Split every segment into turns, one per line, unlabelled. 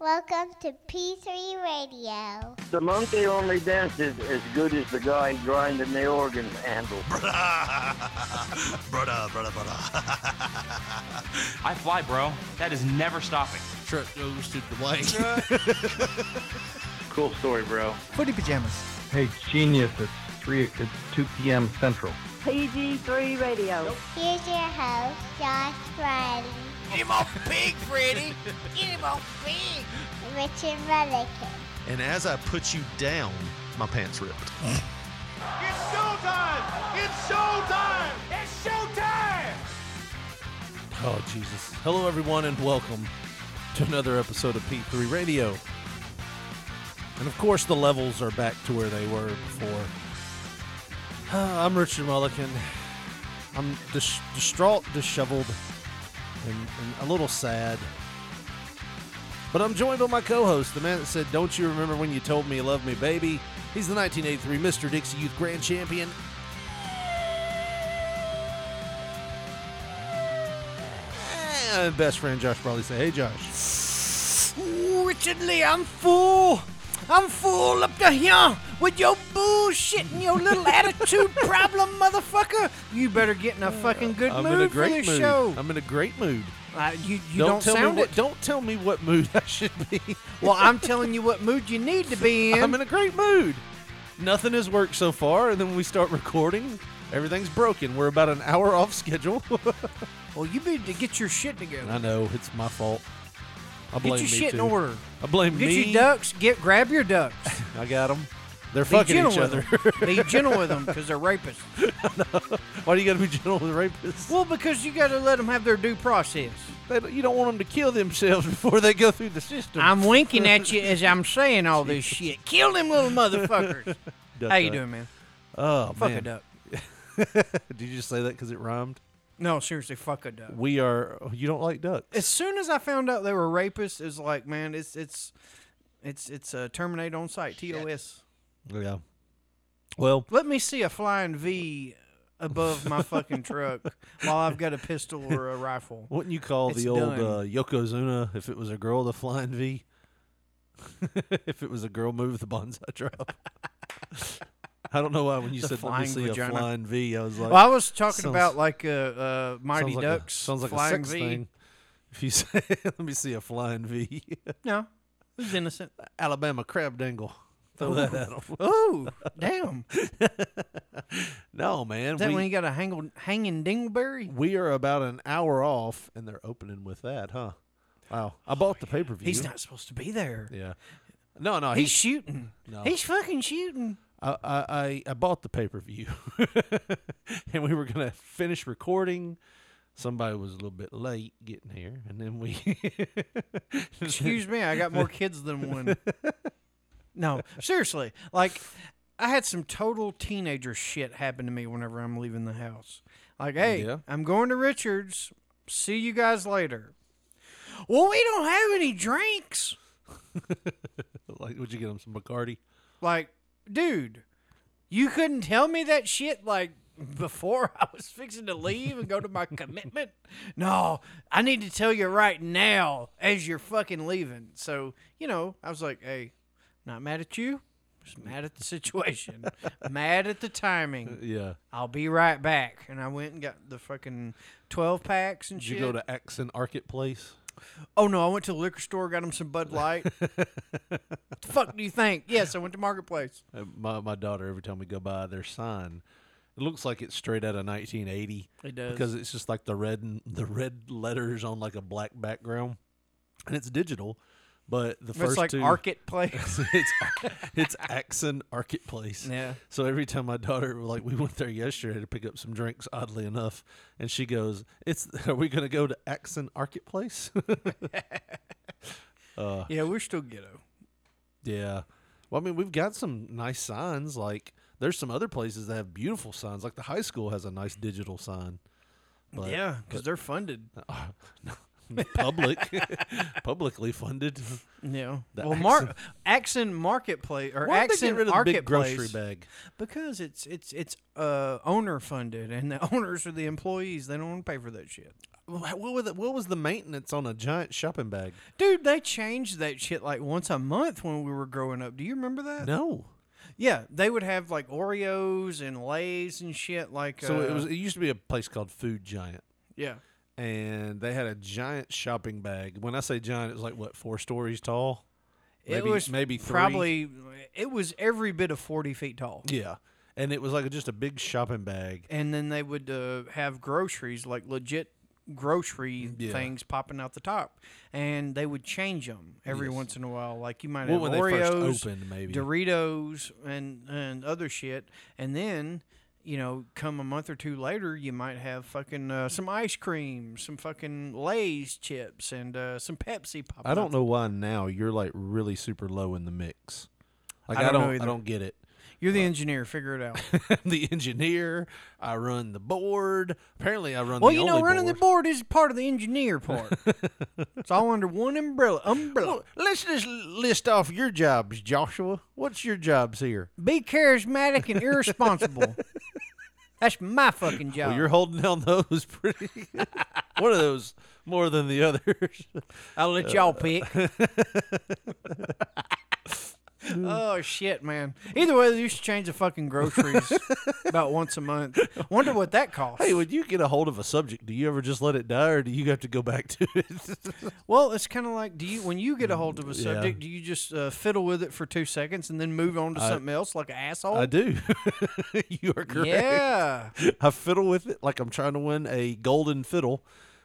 Welcome to P3 Radio.
The monkey only dances as good as the guy grinding the organ handle.
brother, brother, brother.
I fly, bro. That is never stopping.
Truck goes to Dwight.
Cool story, bro.
Footy pajamas.
Hey, genius! It's three. It's two p.m. Central.
PG3 Radio.
Here's your host, Josh Friday,
Get him off pig, Freddy. Get him off pig.
Richard Mullican.
and as I put you down, my pants ripped.
It's showtime. It's showtime. It's showtime.
Oh, Jesus. Hello, everyone, and welcome to another episode of P3 Radio. And of course, the levels are back to where they were before. Ah, I'm Richard Mullican. I'm dis- distraught, disheveled, and, and a little sad. But I'm joined by my co host, the man that said, Don't you remember when you told me you loved me, baby? He's the 1983 Mr. Dixie Youth Grand Champion. And best friend Josh Brawley say, Hey, Josh.
Richard Lee, I'm full. I'm full up to here with your bullshit and your little attitude problem, motherfucker. You better get in a fucking good
I'm
mood
in a
for
great
this
mood.
show.
I'm in a great mood.
Uh, you you
don't,
don't,
tell
sound
me what.
it.
Don't tell me what mood I should be.
Well, I'm telling you what mood you need to be in.
I'm in a great mood. Nothing has worked so far, and then when we start recording, everything's broken. We're about an hour off schedule.
well, you need to get your shit together.
I know it's my fault. I blame
Get your
me
shit in
too.
order.
I blame
Get
me.
your ducks. Get grab your ducks.
I got them. They're
Be
fucking
gentle
each
with
other.
'em. Be gentle with them because they're rapists.
Why do you got to be gentle with rapists?
Well, because you got to let them have their due process.
They don't- you don't want them to kill themselves before they go through the system.
I'm winking at you as I'm saying all this shit. Kill them little motherfuckers.
Duck
How you
duck.
doing, man?
Oh
Fuck a
man!
duck.
Did you just say that because it rhymed?
No, seriously, fuck a duck.
We are. You don't like ducks.
As soon as I found out they were rapists, it was like, man, it's it's it's it's uh, terminate on site. TOS.
Yeah. Well,
Let me see a flying V above my fucking truck while I've got a pistol or a rifle.
wouldn't you call
It's
the old
done.
uh, Yokozuna if it was a girl the flying V? if it was a girl, move the bonsai drop. I don't know why when you
The
said let me
flying
see
vagina.
a flying V, I was like,
Well, I was talking
sounds-
about like uh, uh, Mighty
sounds like
Ducks.
A, sounds like
flying
a sex
V.
thing. If you say, let me see a flying V,
No, it was innocent.
Alabama crab dangle. Throw that at 'em.
Oh, damn.
No, man.
Is that
we-
when you got a hang- hanging dingleberry?
we are about an hour off, and they're opening with that, huh? Wow! I bought the pay per view.
Oh, He's not supposed to be there.
Yeah. No, no. He's.
He's, shooting.
No.
He's fucking shooting.
I, I, I- I bought the pay per view, and we were gonna finish recording. Somebody was a little bit late getting here, and then we.
Excuse me, I got more kids than one. No, seriously. Like, I had some total teenager shit happen to me whenever I'm leaving the house. Like, hey,
Yeah.
I'm going to Richard's. See you guys later. Well, we don't have any drinks.
like, would you get him some Bacardi?
Like, dude, you couldn't tell me that shit like before I was fixing to leave and go to my commitment. No, I need to tell you right now as you're fucking leaving. So, you know, I was like, hey, not mad at you. Just mad at the situation. mad at the timing.
Yeah.
I'll be right back. And I went and got the fucking 12 packs and
Did
shit.
you go to Accent Marketplace?
oh, no, I went to the liquor store, got him some Bud Light. what the fuck do you think? Yes, I went to Marketplace.
Uh, My my daughter every time we go by their sign, it looks like it's straight out of 1980.
It does.
because it's just like the red and the red letters on like a black background, and it's digital. But the first
it's like
two,
Marketplace.
it's it's Axon Marketplace.
Yeah.
So every time my daughter like we went there yesterday to pick up some drinks, oddly enough, and she goes, "It's are we gonna go to Axon Marketplace?"
Yeah, we're still ghetto.
yeah. Well, I mean, we've got some nice signs. Like there's some other places that have beautiful signs. Like the high school has a nice digital sign. But-
yeah, because they're funded.
Public, publicly funded.
Yeah.
The
well, Mar- Accent Marketplace or
Why did they
Accent
get rid of the big
Marketplace
grocery bag?
because it's it's it's uh, owner funded and the owners are the employees. They don't want to pay for that shit.
What was the, what was the maintenance on a giant shopping bag?
Dude, they changed that shit like once a month when we were growing up. Do you remember that?
No.
Yeah, they would have like Oreos and Lay's and shit like.
So it
uh,
was. It used to be a place called Food Giant,
Yeah.
and they had a giant shopping bag. When I say giant, it was like what four stories tall. Maybe-
it was
maybe three.
probably it was every bit of forty feet tall.
Yeah, and it was like just a big shopping bag.
And then they would uh, have groceries like legit grocery
Mm, Yeah.
things popping out the top, and they would change them every once in a while. Like you might
Well,
have
when they first
Oreos,
opened, maybe.
Doritos, and and other shit, and then. You know, come a month or two later, you might have fucking uh, some ice cream, some fucking Lay's chips, and uh, some Pepsi pop.
I don't know why now you're like really super low in the mix. Like
I
I
don't know
don't, I
either.
don't get it.
You're the engineer. Figure it out.
I'm the engineer. I run the board. Apparently, I run.
Well,
the
you know,
only
running
board.
the board is part of the engineer part. it's all under one umbrella. Umbrella.
Well, let's just list off your jobs, Joshua. What's your jobs here?
Be charismatic and irresponsible. That's my fucking job.
Well, you're holding down those pretty. one of those more than the others. Uh,
I'll let y'all pick. oh shit, man. Either way, they used to change the fucking groceries about once a month. Wonder what that costs.
hey, when you get a hold of a subject, do you ever just let it die, or do you have to go back to it?
well, it's kind of like do you when you get a hold of a
Yeah.
subject, do you just uh, fiddle with it for two seconds and then move on to something else like an asshole?
I do. you are correct.
Oh. Yeah.
I fiddle with it like I'm trying to win a golden fiddle,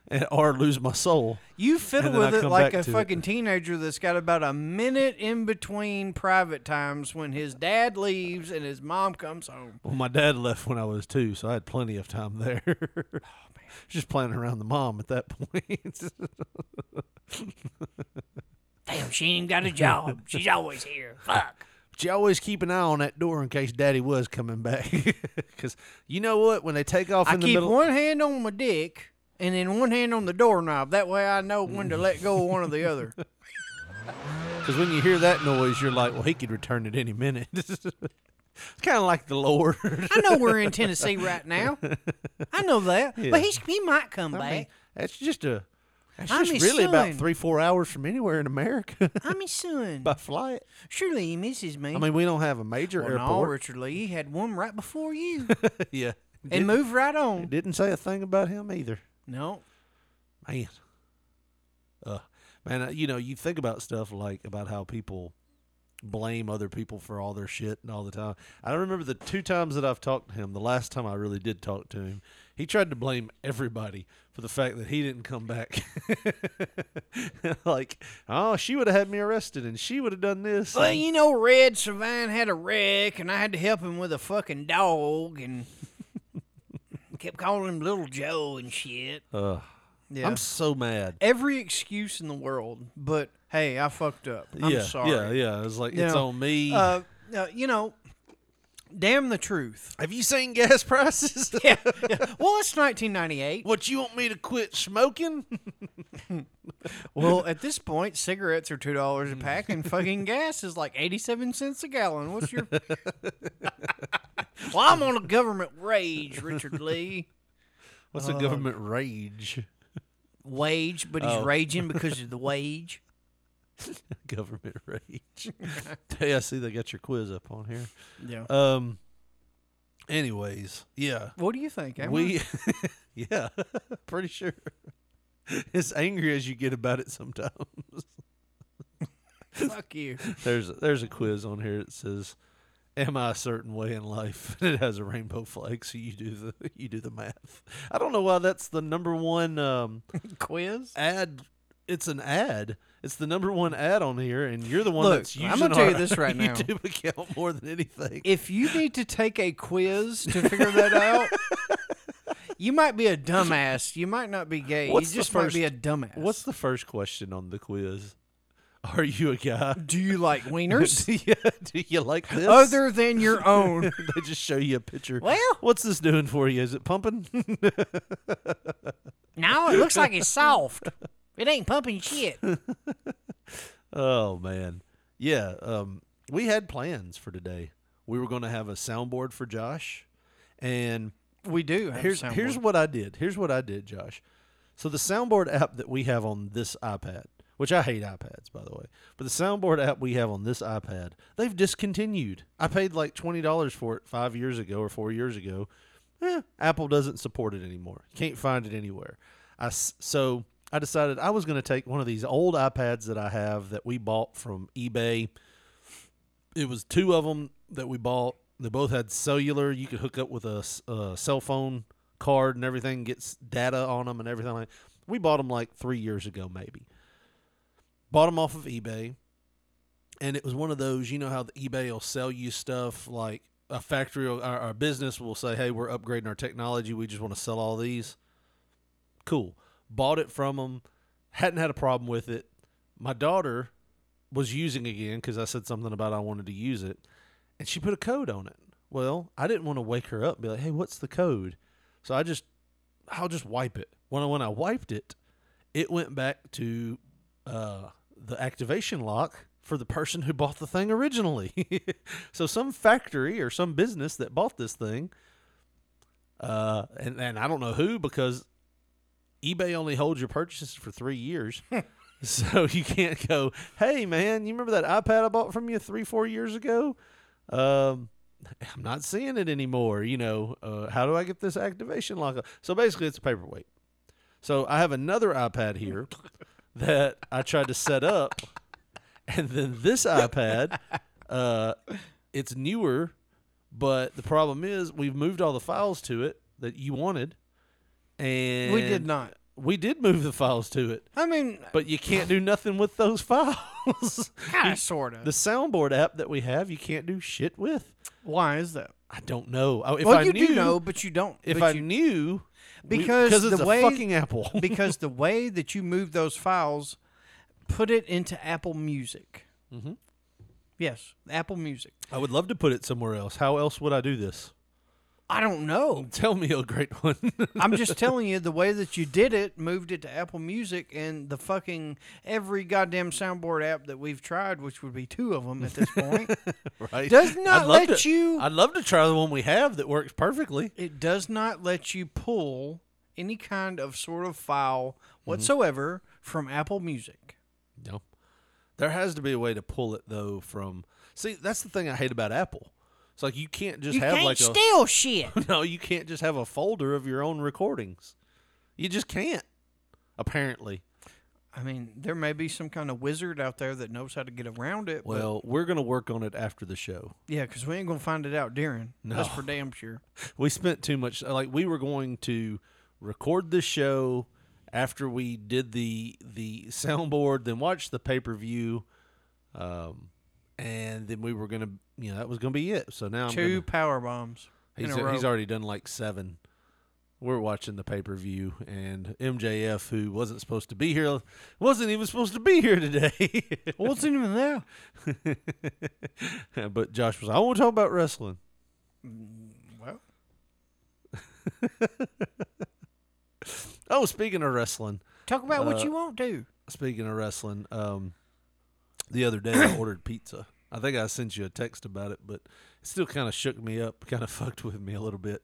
and or lose my soul.
You fiddle
then I
with it
come
like
back
a
to it.
fucking teenager that's got about a minute in between private times when his dad leaves and his mom comes home.
Well, my dad left when I was two, so I had plenty of time there.
Oh,
Just playing around the mom at that point.
Damn, she ain't got a job. She's always here. Fuck.
But you always keep an eye on that door in case daddy was coming back. Because you know what? When they take off
I
in the
keep
middle.
one hand on my dick and then one hand on the doorknob. That way I know when to let go of one or the other.
Because when you hear that noise, you're like, well, he could return at any minute. it's kind of like the Lord.
I know we're in Tennessee right now. I know that.
Yeah.
But he's, he might come
I mean,
back.
that's just a. That's
I'm
just
his
really about
son.
three, four hours from anywhere in America
I'm his son.
by flight.
Surely he misses me.
I mean, we don't have a major
well, no,
airport.
Richard Lee, he had one right before you
yeah.
and
Didn't,
moved right on.
didn't say a thing about him either.
No,
man, uh, man, uh, you know, you think about stuff like about how people blame other people for all their shit and all the time. I remember the two times that I've talked to him. The last time I really did talk to him, he tried to blame everybody for the fact that he didn't come back. like, oh, she would have had me arrested, and she would have done this.
Well,
and-
you know, Red Savine had a wreck, and I had to help him with a fucking dog, and kept calling him Little Joe and shit.
Ugh.
yeah.
I'm so mad.
Uh, Every excuse in the world, but hey, I fucked up. I'm
yeah,
sorry.
yeah, yeah. It's like
You
it's
know,
on me.
Uh, uh, you know, damn the truth.
have you seen gas prices?
Yeah. yeah. Well, it's 1998.
what you want me to quit smoking?
Well, at this point, cigarettes are two dollars
Hmm.
a pack, and fucking gas is like eighty-seven cents a gallon. What's your? well, I'm on a government rage, Richard Lee.
What's
Um,
a government rage?
Wage, but he's raging because of the wage.
Government rage. hey, I see they got your quiz up on here.
Yeah.
Um. Anyways, yeah,
what do you think? Am I-
we, yeah, pretty sure. As angry as you get about it, sometimes
fuck you.
there's there's a quiz on here that says, "Am I a certain way in life?" And it has a rainbow flag, so you do the you do the math. I don't know why that's the number one um,
Quiz.
ad. It's an ad. It's the number one ad on here, and you're the one
Look,
that's using
I'm gonna tell you
our
this right now.
YouTube account more than anything.
If you need to take a quiz to figure that out, you might be a dumbass. You might not be gay.
What's the
you just might be a
first-
dumbass.
What's the first question on the quiz? Are you a guy?
do you like wieners?
do, you, do you like this?
Other than your own.
they just show you a picture.
Well-
what's this doing for you? Is it pumping?
Now it looks like it's soft. It ain't pumping shit.
oh man, yeah. Um, we had plans for today. We were going to have a soundboard for Josh, and
We do. Have
here's
a
here's
soundboard.
what I did. Here's what I did, Josh. So the soundboard app that we have on this iPad, which I hate iPads by the way, but the soundboard app we have on this iPad, they've discontinued. I paid like twenty dollars for it five years ago or four years ago. Eh, Apple doesn't support it anymore. Can't find it anywhere. I s- so I decided I was going to take one of these old iPads that I have that we bought from eBay it was two of them that we bought. They both had cellular. You could hook up with a, s- a cell phone card and everything, gets data on them and everything. Like we bought them like three years ago, maybe. Bought them off of eBay, and it was one of those. You know how the eBay will sell you stuff like a factory or our, our business will say, "Hey, we're upgrading our technology. We just want to sell all these." Cool. Bought it from them. Hadn't had a problem with it. My daughter was using again because I said something about I wanted to use it, and she put a code on it. Well, I didn't want to wake her up and be like, "Hey, what's the code?" So I just, I'll just wipe it. When I, when I wiped it, it went back to uh, the activation lock for the person who bought the thing originally. so some factory or some business that bought this thing, uh, and and I don't know who because eBay only holds your purchases for three years. So you can't go, hey man, you remember that iPad I bought from you three, four years ago? Um, I'm not seeing it anymore. You know, uh, how do I get this activation lock? up?" So basically, it's a paperweight. So I have another iPad here that I tried to set up, and then this iPad, uh, it's newer, but the problem is we've moved all the files to it that you wanted, and
We did not.
We did move the files to it
I mean,
but you can't do nothing with those files.
kind of, sort of.
the soundboard app that we have, you can't do shit with.
Why is that?
I don't know. I- If
well,
I
you
knew,
do know, but you don't.
if
but
I
you-
knew, we-
because
it's
the
a
way-
fucking Apple.
because the way that you move those files, put it into Apple Music. Mm-hmm. Yes, Apple Music.
I would love to put it somewhere else. How else would I do this?
I don't know.
Tell me a great one.
I'm just telling you the way that you did it moved it to Apple Music and the fucking every goddamn soundboard app that we've tried, which would be two of them at this point.
right?
Does
I'd
not
love
let
to-
you-
I'd love to try the one we have that works perfectly.
it does not let you pull any kind of sort of file
Mm-hmm.
whatsoever from Apple Music.
No. There has to be a way to pull it though from. See, that's the thing I hate about Apple. It's like you can't just
You
have
can't
like a
steal shit.
no, you can't just have a folder of your own recordings. You just can't. Apparently.
I mean, there may be some kind of wizard out there that knows how to get around it. but-
Well, we're gonna work on it after the show.
yeah, because we ain't gonna find it out during. That's
No.
for damn sure.
We spent too much like we were going to record the show after we did the the soundboard, then watch the pay per view, um, and then we were gonna you know that was gonna be it. So now I'm
2
gonna-
power bombs.
He's,
in a row.
he's already done like seven. We're watching the pay per view, and MJF, who wasn't supposed to be here, wasn't even supposed to be here today.
wasn't even there.
but Josh was, I want to talk about wrestling.
Well,
Oh, speaking of wrestling,
talk about
uh,
what you want to.
speaking of wrestling, um, the other day I ordered pizza. I think I sent you a text about it, but it still kind of shook me up, kind of fucked with me a little bit.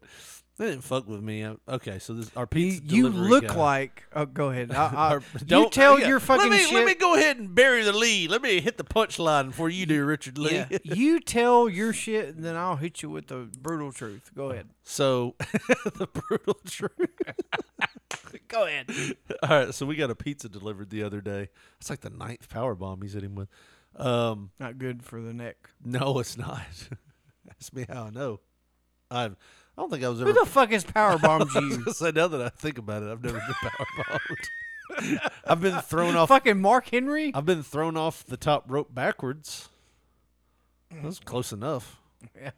They didn't fuck with me. I, okay, so this our pizza.
You
delivery
look
guy-
like. Oh, go ahead. I, I,
Or-
you tell
yeah.
your fucking
let me,
shit.
Let me go ahead and bury the lead. Let me hit the punchline before you do, Richard Lee.
Yeah. you tell your shit, and then I'll hit you with the brutal truth. Go ahead.
So the brutal truth.
Go ahead.
All right, so we got a pizza delivered the other day. It's like the ninth power bomb he's hitting with. Um,
Not good for the neck.
no, it's not. Ask me how I know. I I don't think I was ever.
Who the fuck has power bombed
I was
you?
gonna say, now that I think about it, I've never been power bombed. I've been thrown off.
fucking Mark Henry.
I've been thrown off the top rope backwards. That was close enough.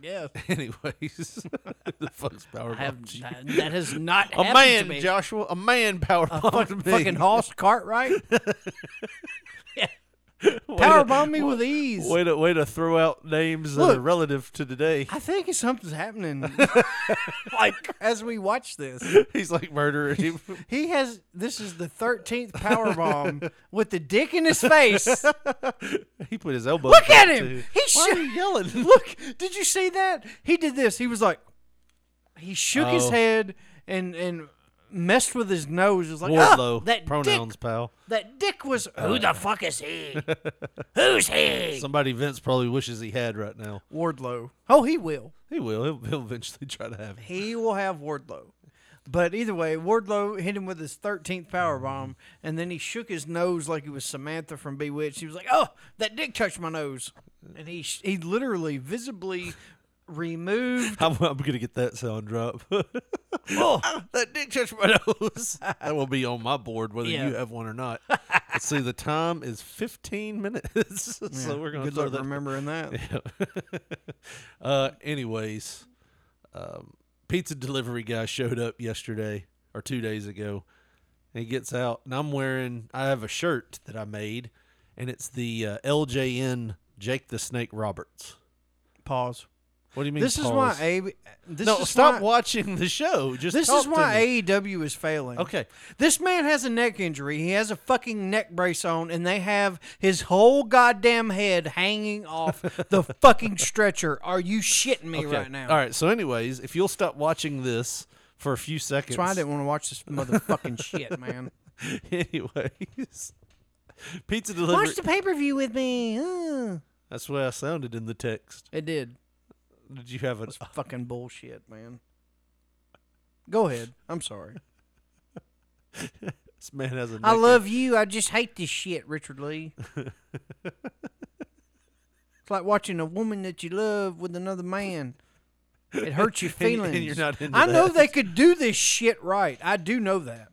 Yeah, I guess.
Anyways, the fuck's power
I have,
bombed you?
that, that has not
A
happened
man,
to me.
Joshua, a man power
A
bombed
fucking,
me.
fucking Hoss Cartwright.
Way
Power
to-
bomb me with ease.
Way to way to throw out names that are
Look.
relative to today.
I think it's something's happening. like as we watch this,
He's like murdering him.
he has. This is the thirteenth power bomb with the dick in his face.
he put his elbow.
Look
in
at
it,
him.
too.
He
Why
shook.
are you yelling?
Look, did you see that? He did this. He was like, he shook his
Oh.
head and and messed with his nose. It was like,
Wardlow,
"Ah, that
pronouns,
dick,
pal.
that dick was. Who the fuck is he? Who's he?
Somebody Vince probably wishes he had right now.
Wardlow. Oh, he will.
He will. He'll, he'll eventually try to have it.
He will have Wardlow. But either way, Wardlow hit him with his 13th power bomb, and then he shook his nose like he was Samantha from Bewitched. He was like, "Oh, that dick touched my nose," and he sh- he literally visibly removed.
I'm, I'm gonna get that sound drop.
Oh.
Ah, that dick touched my nose. that will be on my board whether
Yeah.
you have one or not. Let's see. The time is 15 minutes, so we're gonna
Good
throw
luck
that.
remembering that.
Uh, anyways, um, pizza delivery guy showed up yesterday or two days ago, and he gets out, and I'm wearing. I have a shirt that I made, and it's the uh, LJN Jake the Snake Roberts.
Pause.
What do you mean?
This is why
pause?
A. This
no,
is
stop
why-
watching the show. Just
This
talk
is
to
why
me.
AEW is failing.
Okay.
This man has a neck injury. He has a fucking neck brace on, and they have his whole goddamn head hanging off the fucking stretcher. Are you shitting me
Okay.
right now?
All right. So, anyways, if you'll stop watching this for a few seconds,
That's why I didn't want to watch this motherfucking shit, man.
anyways, pizza delivery.
Watch the pay per view with me. Uh. Ugh.
That's what I sounded in the text.
It did.
Did you have a?
It's fucking bullshit, man. Go ahead. I'm sorry.
This man has a.
I
neck
love you. I just hate this shit, Richard Lee. it's like watching a woman that you love with another man. It hurts your
And- and
feelings.
you're not into
I know
that.
they could do this shit right. I do know that.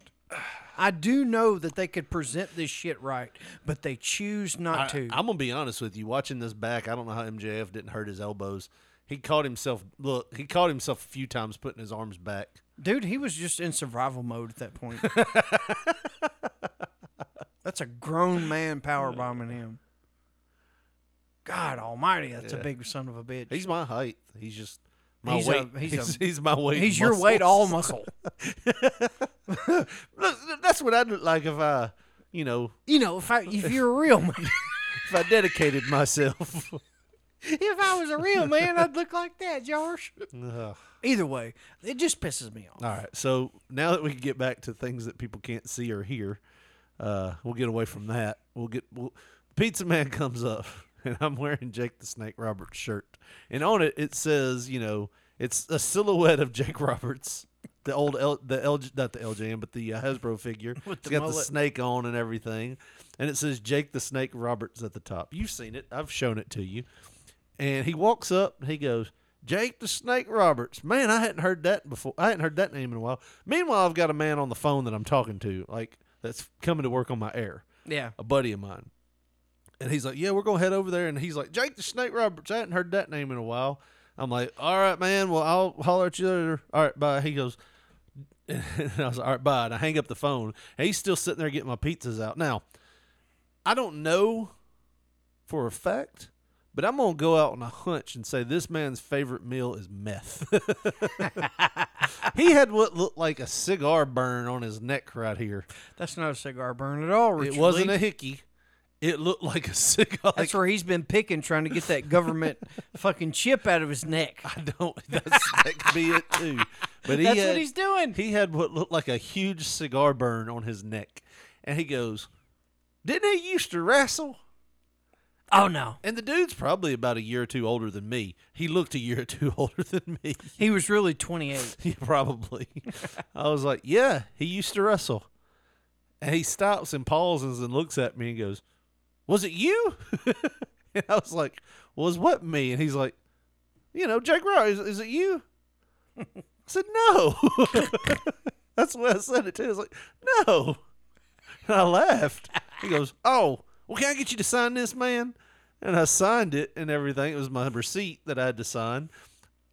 I do know that they could present this shit right, but they choose not
I,
to.
am gonna be honest with you. Watching this back, I don't know how MJF didn't hurt his elbows. He caught himself. Look, he caught himself a few times putting his arms back.
Dude, he was just in survival mode at that point. that's a grown man power bombing him. God almighty, that's a big son of a bitch.
He's my height. He's just my
He's a-
weight.
he's a-
he's, he's my weight.
He's your weight
muscles.
all muscle.
Look, That's what I'd look like if I, you know,
You know, if I if you're a real man,
if I dedicated myself.
if I was a real man, I'd look like that, Josh.
Ugh.
Either way, it just pisses me off.
All right. So now that we can get back to things that people can't see or hear, uh, we'll get away from that. We'll get we'll, Pizza Man comes up, and I'm wearing Jake the Snake Roberts shirt, and on it it says, you know, it's a silhouette of Jake Roberts, the old L, the L, not the LJM, but the uh, Hasbro figure. With it's
the
got the
mullet.
snake on and everything, and it says Jake the Snake Roberts at the top. You've seen it. I've shown it to you. And he walks up and he goes, Jake the Snake Roberts. Man, I hadn't heard that before. I hadn't heard that name in a while. Meanwhile, I've got a man on the phone that I'm talking to, like that's coming to work on my air,
Yeah.
a buddy of mine. And he's like, Yeah, we're gonna head over there. And he's like, Jake the Snake Roberts. I hadn't heard that name in a while. I'm like, All right, man. Well, I'll holler at you later. All right, bye. He goes, and I was like, All right, bye. And I hang up the phone. And he's still sitting there getting my pizzas out. Now, I don't know for a fact, but I'm gonna go out on a hunch and say this man's favorite meal is meth. he had what looked like a cigar burn on his neck right here.
That's not a cigar burn at all, Richard.
it wasn't
Lee.
a hickey. It looked like a cigar.
That's where he's been picking trying to get that government fucking chip out of his neck.
I don't. That's, that could be it too. But he
That's
had-
what he's doing.
uh, He had what looked like a huge cigar burn on his neck, and he goes, "Didn't he used to wrestle?"
Oh no.
And the dude's probably about a year or two older than me. He looked a year or two older than me.
He was really 28.
Yeah, probably. I was like, yeah, he used to wrestle. And he stops and pauses and looks at me and goes, was it you? and I was like, was what me? And he's like, you know, Jake Rowe, is, is it you? I said, no. That's what I said it to. I was like, no. And I laughed. He goes, oh, well, can I get you to sign this, man? And I signed it and everything. It was my receipt that I had to sign.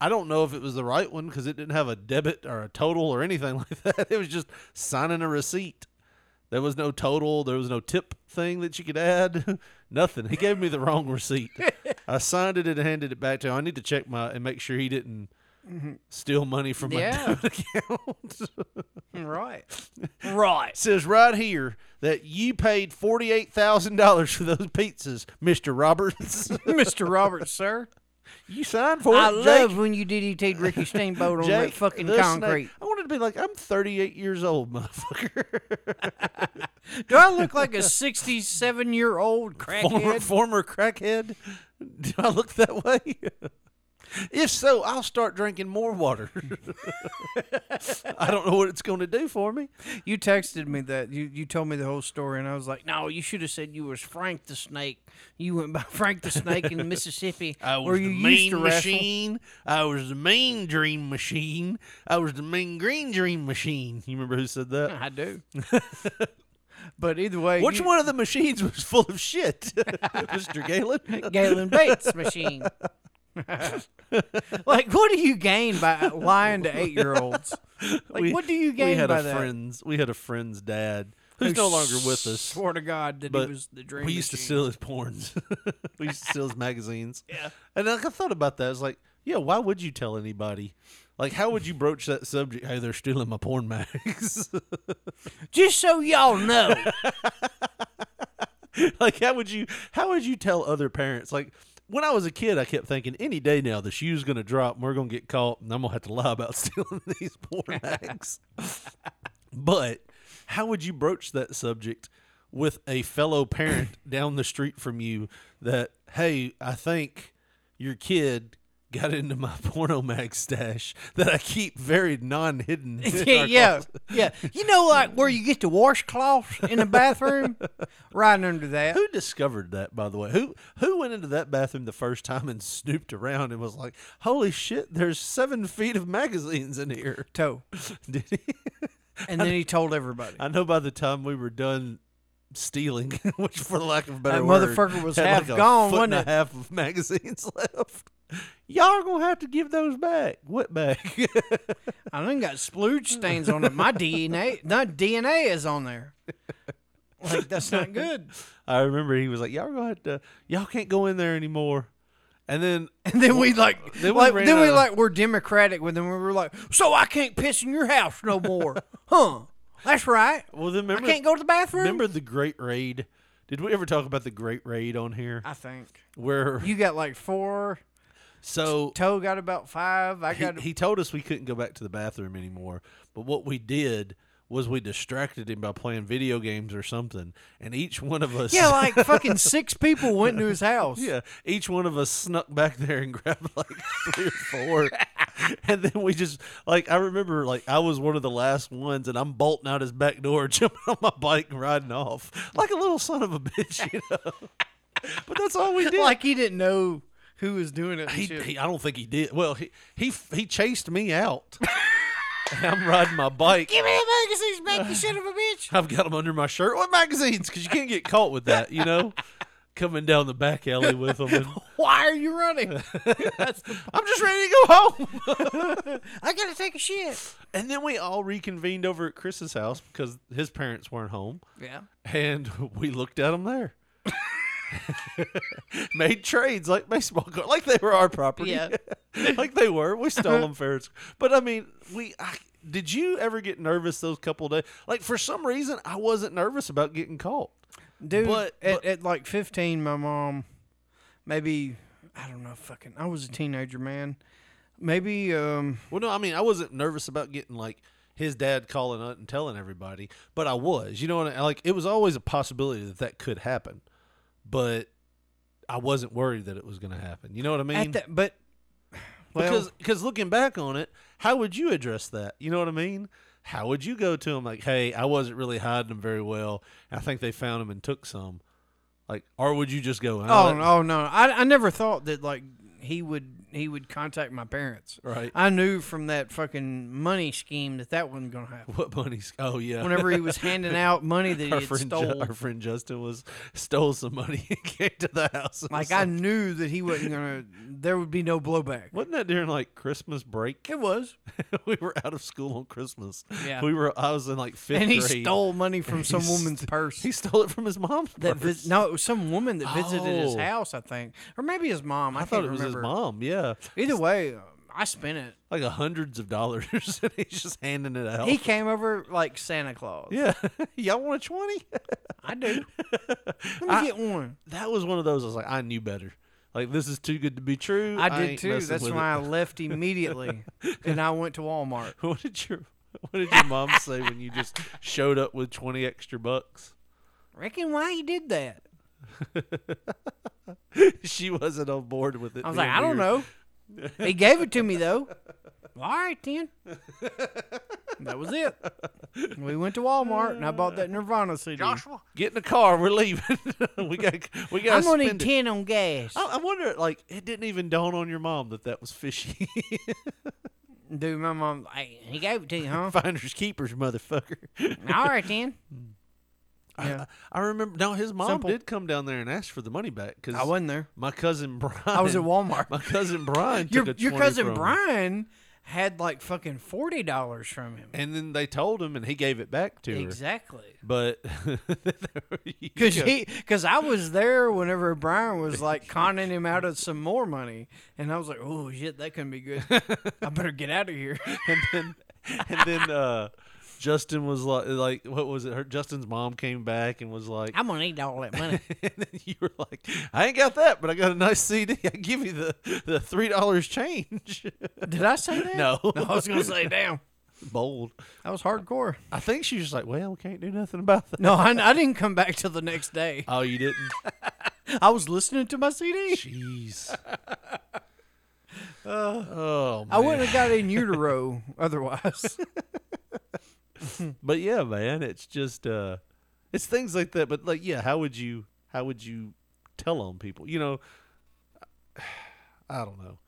I don't know if it was the right one because it didn't have a debit or a total or anything like that. It was just signing a receipt. There was no total. There was no tip thing that you could add. Nothing. He gave me the wrong receipt. I signed it and handed it back to him. I need to check my and make sure he didn't steal money from my
Yeah.
debit account.
Right. Right.
says right here that you paid forty eight thousand dollars for those pizzas, Mister Roberts.
Mr. Roberts, sir.
you signed for it.
I
Jake.
love when you DDT'd Ricky Steamboat on that
Jake
fucking
the Snake.
concrete.
I want to I'd be like, I'm 38 years old, motherfucker.
Do I look like a 67 year old
former,
crackhead?
former crackhead. Do I look that way? if so, I'll start drinking more water. I don't know what it's going to do for me.
You texted me that. You, you told me the whole story, and I was like, no, you should have said you was Frank the Snake. You went by Frank the Snake in Mississippi.
I was
where
the
you used to
mean
wrestle."
machine. I was the mean dream machine. I was the mean green dream machine. You remember who said that?
I do. but either way,
Which
you-
one of the machines was full of shit, Mr. Galen?
Galen Bates machine. like, what do you gain by lying to eight year olds? Like,
We-
what do you gain
we had
by
a
that?
friend's we had a friend's dad who's
Who
no longer with us
Swear to God that
but
he was the dream.
we used to
machine.
steal his porns we used to steal his magazines yeah and like, i thought about that i was like yeah why would you tell anybody like how would you broach that subject hey they're stealing my porn mags
Just so y'all know,
like how would you how would you tell other parents like when I was a kid, I kept thinking any day now the shoe's going to drop and we're going to get caught and I'm going to have to lie about stealing these porn mags. but how would you broach that subject with a fellow parent down the street from you that, hey, I think your kid got into my porno mag stash that I keep very non hidden.
yeah, yeah, yeah. You know, like where you get the washcloths in the bathroom, right under that.
Who discovered that, by the way? Who who went into that bathroom the first time and snooped around and was like, "Holy shit! There's seven feet of magazines in here."
Toe,
Did he?
and then he told everybody.
I know by the time we were done stealing, which for lack of a better
That
word,
motherfucker was
had
half
like a
gone,
foot
wasn't
and
it?
a half of magazines left. Y'all are gonna have to give those back. What back?
I done got splooge stains on it. My DNA, not DNA, is on there. Like that's not good.
I remember he was like, "Y'all are gonna have to. Y'all can't go in there anymore." And then
And then we like,
Then we
like
ran
then
out
we
of-
like we're democratic with them. We were like, so I can't piss in your house no more, huh? That's right.
Well, then remember,
I can't go to the bathroom.
Remember the Great Raid? Did we ever talk about the Great Raid on here?
I think
Where
you got like four.
so
Toe got about five. I
he,
got.
he told us we couldn't go back to the bathroom anymore. But what we did was we distracted him by playing video games or something, and each one of us
yeah, like fucking six people went to his house.
Yeah, each one of us snuck back there and grabbed like three or four. And then we just like I remember like I was one of the last ones and I'm bolting out his back door, jumping on my bike and riding off. Like a little son of a bitch, you know. but that's all we did.
like he didn't know who was doing it. and
he,
shit.
he- I don't think he did. Well, he he he chased me out. and I'm riding my bike.
Give me the magazines back, you son of a bitch.
I've got them under my shirt. What magazines? Because you can't get caught with that, you know. Coming down the back alley with them. And,
Why are you running?
I'm just ready to go home.
I gotta take a shit.
And then we all reconvened over at Chris's house because his parents weren't home,
Yeah.
and we looked at them there. Made trades like baseball cards, like they were our property.
Yeah.
like they were. We stole them fair. and square. But I mean, we. I, did you ever get nervous those couple days? Like for some reason, I wasn't nervous about getting caught.
Dude,
But-
at,
but-
at like 15, my mom, maybe, I don't know, fucking, I was a teenager, man. Maybe, um,
Well, no, I mean, I wasn't nervous about getting like his dad calling out and telling everybody, but I was. You know what? I, like it was always a possibility that that could happen, but I wasn't worried that it was going to happen. You know what I mean?
at that, but, well,
because because looking back on it, how would you address that? You know what I mean? How would you go to him like, "Hey, I wasn't really hiding them very well. I think they found them and took some." Like, or would you just go?
oh,
that-
no, no, I, I never thought that, like, he would, he would contact my parents.
Right.
I knew from that fucking money scheme that that wasn't going to happen.
What money's? Oh yeah.
Whenever he was handing out money that he
our
had
friend, Ju-
stole.
our friend Justin was stole some money and came to the house. and was
Like I knew that he wasn't gonna. There would be no blowback.
Wasn't that during like Christmas break?
It was,
we were out of school on Christmas.
Yeah.
We were I was in like fifth
and he
grade.
stole money from
He
some
st-
woman's purse.
He stole it from his mom's
that
purse.
vis- no, it was some woman that visited his
Oh.
house, I think, or maybe his mom. I,
I thought it
can't
was
remember.
his mom, yeah.
Either way, um, I spent it.
Like a hundreds of dollars and he's just handing it out.
He came over like Santa Claus.
Oh. yeah. Y'all want a twenty?
I do. Let me
I-
get one.
that was one of those I was like, I knew better. Like this is too good to be true.
I did
ain't
too.
messing
That's
with
why
it.
I left immediately, and I went to Walmart.
What did your What did your mom say when you just showed up with 20 extra bucks?
Reckon why you did that?
She wasn't on board with it.
I was
being
like, I
weird.
don't know. He gave it to me though. All right then. That was it. We went to Walmart and I bought that Nirvana CD.
Get in the car. We're leaving. we got. We got.
I'm gonna need
spend it. Oh.
ten on gas.
I, I wonder. Like, it didn't even dawn on your mom that that was fishy.
Dude, my mom, I, he gave it to you, huh?
Finders keepers, motherfucker.
All right then. Yeah.
I remember. No, his mom
Simple.
did come down there and ask for the money back because
I wasn't there.
My cousin Brian.
I was at Walmart.
My cousin Brian.
Your,
took a
your
20
cousin
from him.
Brian had like fucking forty dollars from him.
And then they told him, and he gave it back to her.
Exactly.
But
Cause he, cause I was there whenever Brian was like conning him out of some more money, and I was like, "Oh shit, that couldn't be good. I better get out of here."
and then and then uh Justin was like like what was it? Her Justin's mom came back and was like
I'm gonna need all that money.
and then you were like, I ain't got that, but I got a nice CD. I give you the, the three dollars change.
Did I say that?
No.
I was gonna say, "Damn,
Bold.
that was hardcore."
I think she was just like, Well, we can't do nothing about that.
No, I, I didn't come back till the next day.
Oh, you didn't?
I was listening to my CD.
Jeez. oh man.
I wouldn't have got in utero otherwise.
But yeah, man, it's just uh it's things like that, but like yeah, how would you how would you tell on people? You know, I don't know.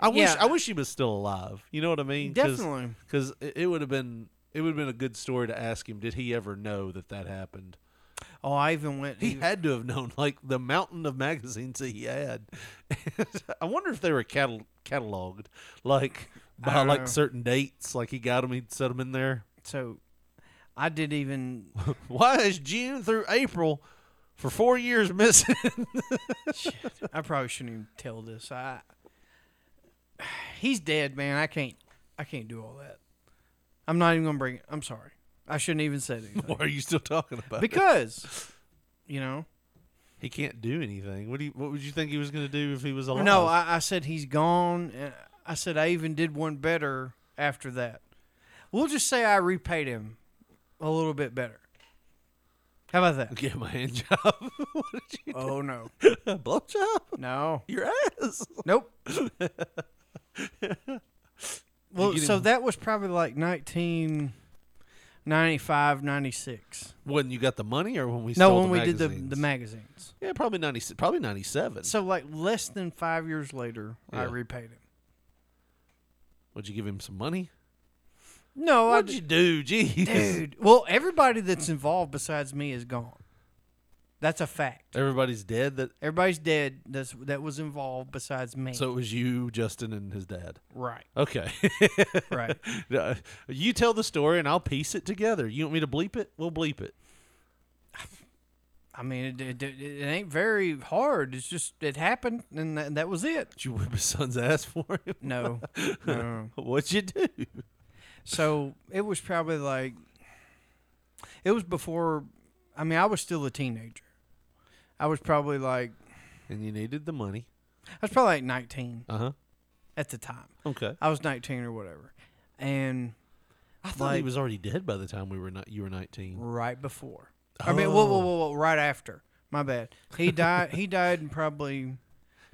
I wish
Yeah.
I wish he was still alive. You know what I mean?
Definitely.
Cuz it, it would have been it would have been a good story to ask him did he ever know that that happened?
Oh, I even went.
He had to have known like the mountain of magazines that he had. I wonder if they were catal- cataloged like by
don't
like
know.
certain dates like he got them he'd set them in there.
so I did even.
Why is June through April for four years missing?
I probably shouldn't even tell this. I. He's dead, man. I can't. I can't do all that. I'm not even gonna bring it. I'm sorry. I shouldn't even said anything
Why are you still talking about? it?
because, you know.
he can't do anything. What do you? What would you think he was going to do if he was alive?
No, I, I said he's gone. And I said I even did one better after that. We'll just say I repaid him a little bit better. How about that?
get my hand job. what did you?
Oh no,
Blow job.
no,
Your ass.
nope. well,
You get
so
him-
that was probably like 1995, 96.
When you got the money, or when we?
No,
stole
when
the
we did the
magazines?
the magazines.
Yeah, probably ninety. Probably ninety seven.
So like less than five years later, I
Yeah.
repaid him.
would you give him some money?
No, I
What'd
did.
you do, jeez?
Dude, well, everybody that's involved besides me is gone. That's a fact.
Everybody's dead. That
Everybody's dead. That's that was involved besides me.
so it was you, Justin, and his dad.
right,
Okay.
right.
Uh, you tell the story, and I'll piece it together. You want me to bleep it? We'll bleep it.
I mean, it, it, it ain't very hard. It's just it happened, and that, that was it.
Did you whip his son's ass for him?
No, no.
What'd you do?
So it was probably like it was before. I mean, I was still a teenager. I was probably like
And you needed the money.
I was probably like nineteen
Uh huh.
at the time.
Okay.
I was nineteen or whatever, and
I thought he
Like-
was already dead by the time we were not. You were nineteen.
right before. I mean, whoa, whoa,
Oh.
whoa, whoa, right after. My bad. He died. he died in probably.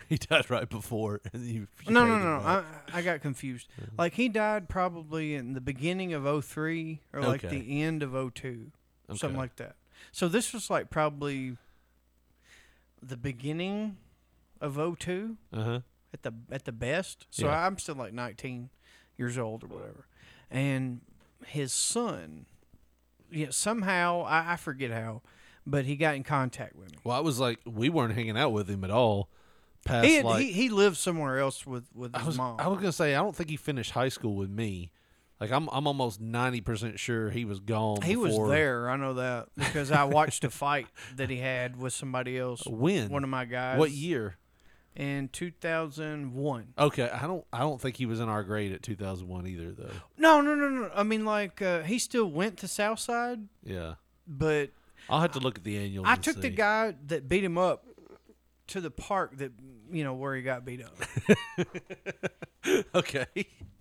He died right before. And you, you
No,
paid
no,
him
no. no.
back.
I, I got confused. Like he died probably in the beginning of 03 or like
Okay.
the end of 02,
Okay.
something like that. So this was like probably the beginning of 02
Uh-huh.
at the at the best. So
Yeah.
I'm still like 19 years old or whatever. And his son, yeah, somehow I, I forget how, but he got in contact with me.
Well, I was like, we weren't hanging out with him at all. Past
He, had,
like,
he he lived somewhere else with with his
I was,
mom.
I was gonna say, I don't think he finished high school with me. Like, I'm, I'm almost ninety percent sure he was gone.
he was
before-
there. I know that because I watched a fight that he had with somebody else.
When?
one of my guys.
What year?
In two thousand one.
Okay, I don't, I don't think he was in our grade at 2001 either, though.
No, no, no, no. I mean, like uh, he still went to Southside,
Yeah,
but
I'll have to look at the annual.
I took the guy that beat him up to the park that you know where he got beat up,
Okay.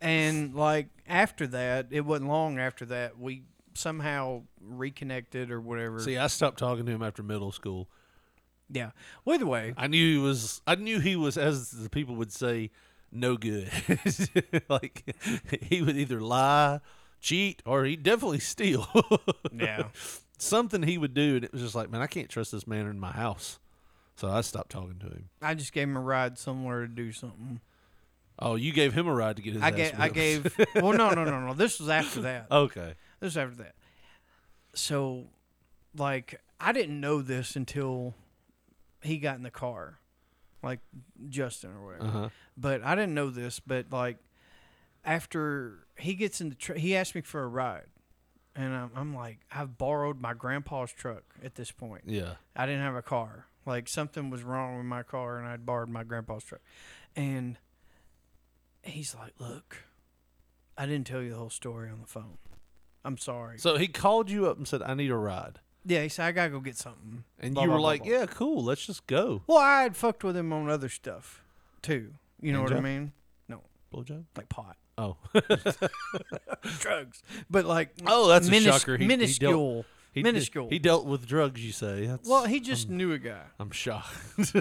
And like after that, it wasn't long after that we somehow reconnected or whatever.
See, I stopped talking to him after middle school.
yeah. Well, either way,
I knew he was. I knew he was, as the people would say, no good. like he would either lie, cheat, or he definitely steal.
yeah.
Something he would do, and it was just like, man, I can't trust this man in my house. So I stopped talking to him.
I just gave him a ride somewhere to do something.
Oh, you gave him a ride to get his.
I
ass
gave. I
whipped.
gave. Well, no, no, no, no. This was after that.
okay.
This was after that. So, like, I didn't know this until he got in the car, like Justin or whatever.
Uh-huh.
But I didn't know this. But like, after he gets in the truck, he asked me for a ride, and I'm, I'm like, I've borrowed my grandpa's truck at this point.
Yeah.
I didn't have a car. Like something was wrong with my car, and I'd borrowed my grandpa's truck. And he's like, "Look, I didn't tell you the whole story on the phone. I'm sorry."
So he called you up and said, "I need a ride,"
yeah, he said, "I gotta go get something."
and
Blah,
you
blah,
were
blah,
like,
blah.
"Yeah, cool. Let's just go."
Well, I had fucked with him on other stuff too. You know
Hand
what I
job?
mean? No,
Blowjob.
like pot,
Oh.
drugs, but like
Oh, that's a
minis-
shocker. He- he dealt-
minuscule,
He did-
minuscule.
he dealt with drugs, you say. That's,
well, he just knew a guy.
I'm shocked.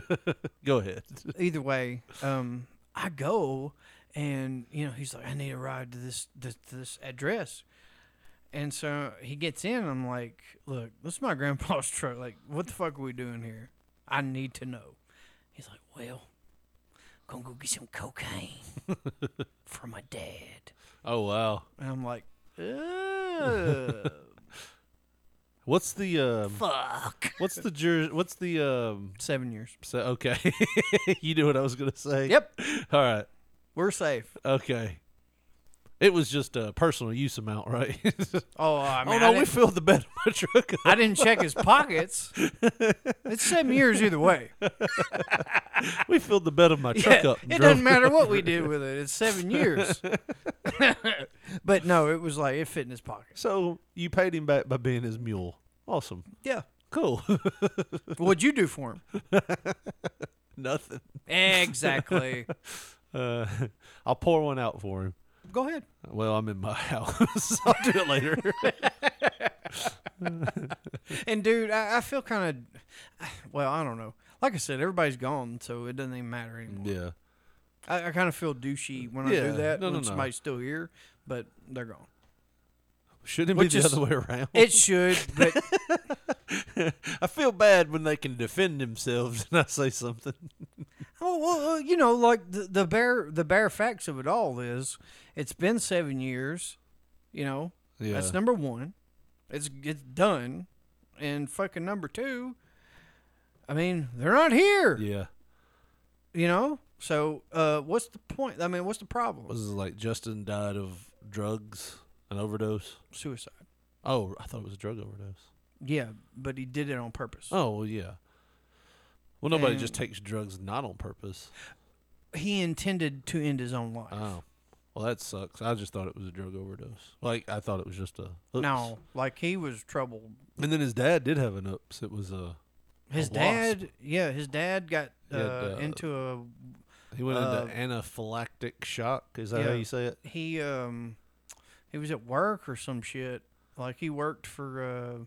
Go ahead.
either way, um, I go and you know he's like, I need a ride to this this, this address, and so he gets in. And I'm like, look, this is my grandpa's truck. Like, what the fuck are we doing here? I need to know. He's like, well, gonna go get some cocaine for my dad,
Oh wow.
and I'm like, Ugh,
What's the um,
fuck.
what's the jur- what's the um
Seven years.
so, okay. you knew what I was going to say.
Yep,
All right.
we're safe.
Okay. It was just a personal use amount, right?
Oh, I mean,
oh no,
I
we
didn't-
filled the bed of my truck. up.
I didn't check his pockets. It's seven years either way.
we filled the bed of my
Yeah,
truck up. and
it
drove
doesn't matter what we did with it. It's seven years. but no, it was like it fit in his pockets.
So you paid him back by being his mule. Awesome.
Yeah.
Cool.
What'd you do for him?
Nothing.
Exactly.
Uh, I'll pour one out for him.
Go ahead.
Well, I'm in my house. I'll do it later.
And dude, I, I feel kind of, well, I don't know. Like I said, everybody's gone, so it doesn't even matter anymore.
yeah.
I, I kind of feel douchey when I
Yeah,
do that
no, no,
when
no.
somebody's still here, but they're gone.
Shouldn't it
Which
be the
is-
other way around.
It should, but
I feel bad when they can defend themselves and I say something.
Oh well, uh, you know, like the, the bare the bare facts of it all is, it's been seven years. You know,
Yeah.
that's number one. It's it's done, and fucking number two. I mean, they're not here.
Yeah.
You know, so uh, what's the point? I mean, what's the problem?
Was it like Justin died of drugs, an overdose?
Suicide.
Oh, I thought it was a drug overdose.
Yeah, but he did it on purpose.
Oh, well, yeah. Well, nobody just
And-
takes drugs not on purpose.
He intended to end his own life.
Oh. Well, that sucks. I just thought it was a drug overdose. Like, I thought it was just a. oops.
no, like he was troubled.
And then his dad did have an oops. It was a.
His
wasp.
dad, yeah, his dad got uh,
He had, uh,
into a
He went
Uh,
into anaphylactic shock. Is that how
yeah.
you say it?
he um he was at work or some shit. Like he worked for uh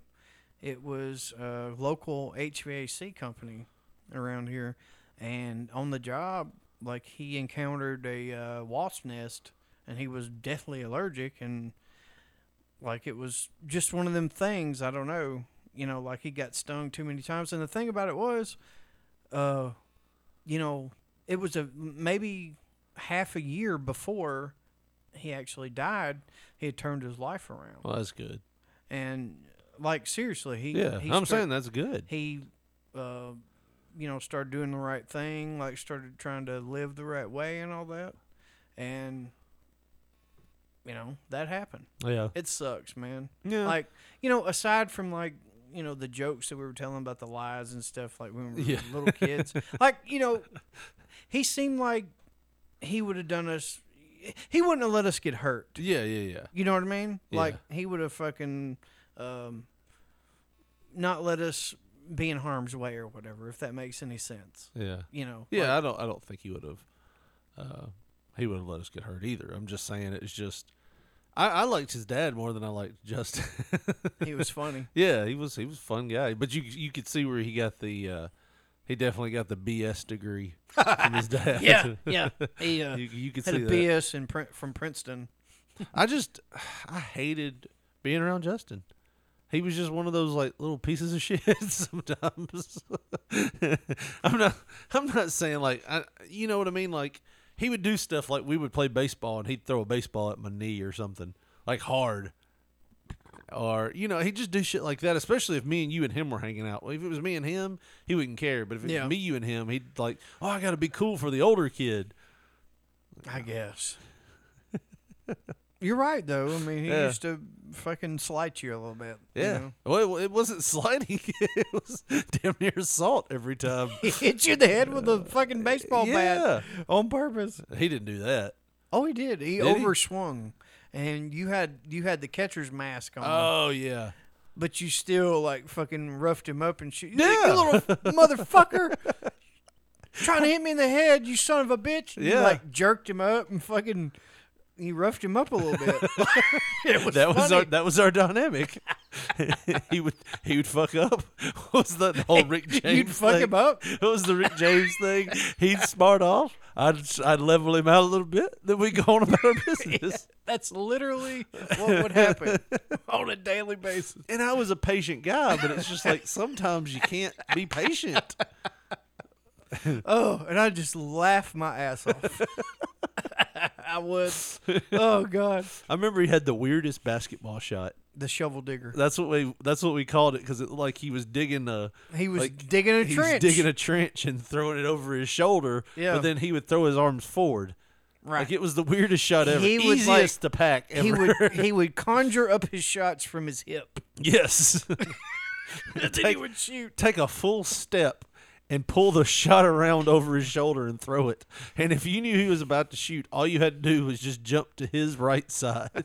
it was a local HVAC company around here and on the job like he encountered a uh, wasp nest and he was deathly allergic and like it was just one of them things I don't know you know like he got stung too many times and the thing about it was uh you know it was a maybe half a year before he actually died, he had turned his life around.
Well, that's good.
And like seriously, he
Yeah.
he
I'm
start-
saying that's good.
he, uh, you know, started doing the right thing, like started trying to live the right way and all that, and you know that happened.
Yeah.
It sucks, man.
Yeah.
Like you know, aside from like you know the jokes that we were telling about the lies and stuff, like when we were
Yeah.
little kids, like you know, he seemed like he would have done us. He wouldn't have let us get hurt.
Yeah, yeah, yeah.
You know what I mean?
Yeah.
Like he would have fucking um, not let us be in harm's way or whatever, if that makes any sense.
Yeah.
You know?
Yeah,
Like,
I don't I don't think he would have uh, He wouldn't let us get hurt either. I'm just saying it's just I, I liked his dad more than I liked Justin.
He was funny.
yeah, he was he was a fun guy. But you you could see where he got the uh he definitely got the BS degree from his dad.
yeah, yeah. He uh,
you, you could
had a
see that.
BS in Prin- from Princeton.
I just I hated being around Justin. He was just one of those like little pieces of shit sometimes. I'm not I'm not saying like I, you know what I mean like he would do stuff like we would play baseball and he'd throw a baseball at my knee or something like hard. Or you know he'd just do shit like that, especially if me and you and him were hanging out. If it was me and him, he wouldn't care. But if it
Yeah.
was me, you and him, he'd like, oh, I got to be cool for the older kid.
I guess. You're right, though. I mean, he
Yeah.
used to fucking slight you a little bit. you
Yeah.
know?
Well, it, it wasn't sliding. it was damn near assault every time.
He hit you in the head with a fucking baseball bat on purpose.
he didn't do that.
Oh, he did. He
Did he?
overswung, and you had you had the catcher's mask on,
Oh yeah.
but you still like fucking roughed him up and shit. You-
Yeah.
you little motherfucker, trying to hit me in the head, you son of a bitch. And you,
Yeah.
like jerked him up and fucking. You roughed him up a little bit. it was
that was our
funny.
that was our dynamic. he would he would fuck up. What was that whole Rick James?
You'd fuck
thing?
him up.
What was the Rick James thing? He'd smart off. I'd I'd level him out a little bit. Then we go on about our business.
That's literally what would happen on a daily basis.
And I was a patient guy, but it's just like sometimes you can't be patient.
Oh, and I just laugh my ass off. I would. Oh God,
I remember he had the weirdest basketball shot.
the shovel digger.
That's what we that's what we called it because it looked like he was digging a
He was
like,
digging a
he was
trench.
digging a trench and throwing it over his shoulder.
Yeah.
but then he would throw his arms forward.
right.
Like it was the weirdest shot ever.
He would,
Easiest
like-
to pack ever.
he would he would conjure up his shots from his hip.
yes,
Then he would shoot.
take a full step and pull the shot around over his shoulder and throw it. And if you knew he was about to shoot, all you had to do was just jump to his right side.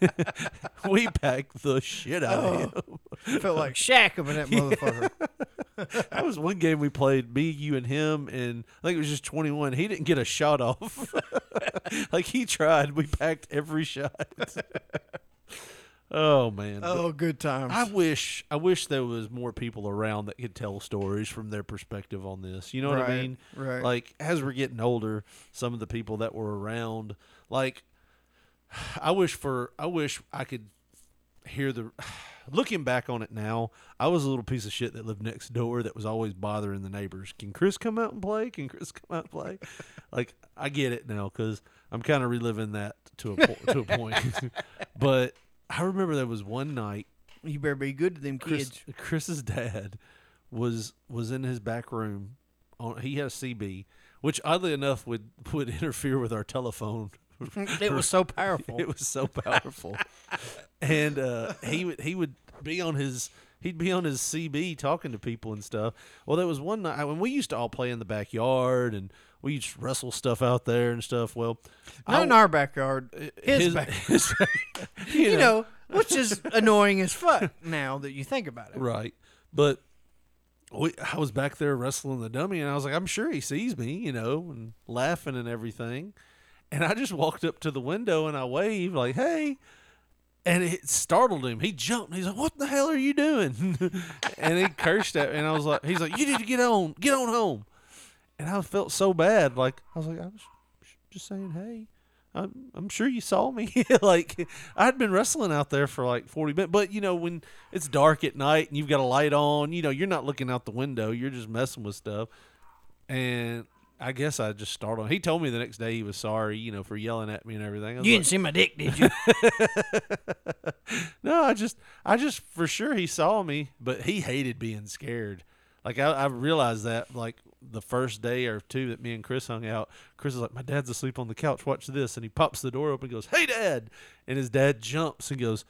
we packed the shit out
Oh.
of him.
Felt like Shaq up in that motherfucker.
That was one game we played, me, you, and him, and I think it was just 21. He didn't get a shot off. like he tried. We packed every shot. oh man. But
Oh, good times.
I wish I wish there was more people around that could tell stories from their perspective on this. You know what I
Right,
mean?
right.
Like as we're getting older, some of the people that were around, like I wish for I wish I could hear the looking back on it now, I was a little piece of shit that lived next door that was always bothering the neighbors. Can Chris come out and play? Can Chris come out and play? like I get it now cuz I'm kind of reliving that to a po- to a point. but I remember there was one night
you better be good to them
Chris,
kids.
Chris's dad was was in his back room. On he had a CB, which oddly enough would would interfere with our telephone.
It was so powerful.
it was so powerful, and uh, he would he would be on his he'd be on his CB talking to people and stuff. Well, there was one night when we used to all play in the backyard and we used to wrestle stuff out there and stuff. Well,
Not in our backyard. uh, His, back.
his-
You know, which is annoying as fuck now that you think about it.
Right. But we, I was back there wrestling the dummy, and I was like, I'm sure he sees me, you know, and laughing and everything. And I just walked up to the window and I waved, like, hey. And it startled him. He jumped. He's like, "What the hell are you doing?" and he cursed at me. And I was like, "He's like, you need to get on, get on home." And I felt so bad. Like I was like, "I was just saying, hey, I'm, I'm sure you saw me. like I'd been wrestling out there for like 40 minutes, but you know when it's dark at night and you've got a light on, you know you're not looking out the window. You're just messing with stuff. And I guess I just started. He told me the next day he was sorry, you know, for yelling at me and everything. I was
You
like,
didn't see my dick, did you?
no, I just, I just for sure he saw me, but he hated being scared. Like I, I realized that like the first day or two that me and Chris hung out, Chris is like, "My dad's asleep on the couch. Watch this," and he pops the door open, and goes, "Hey, Dad!" and his dad jumps and goes,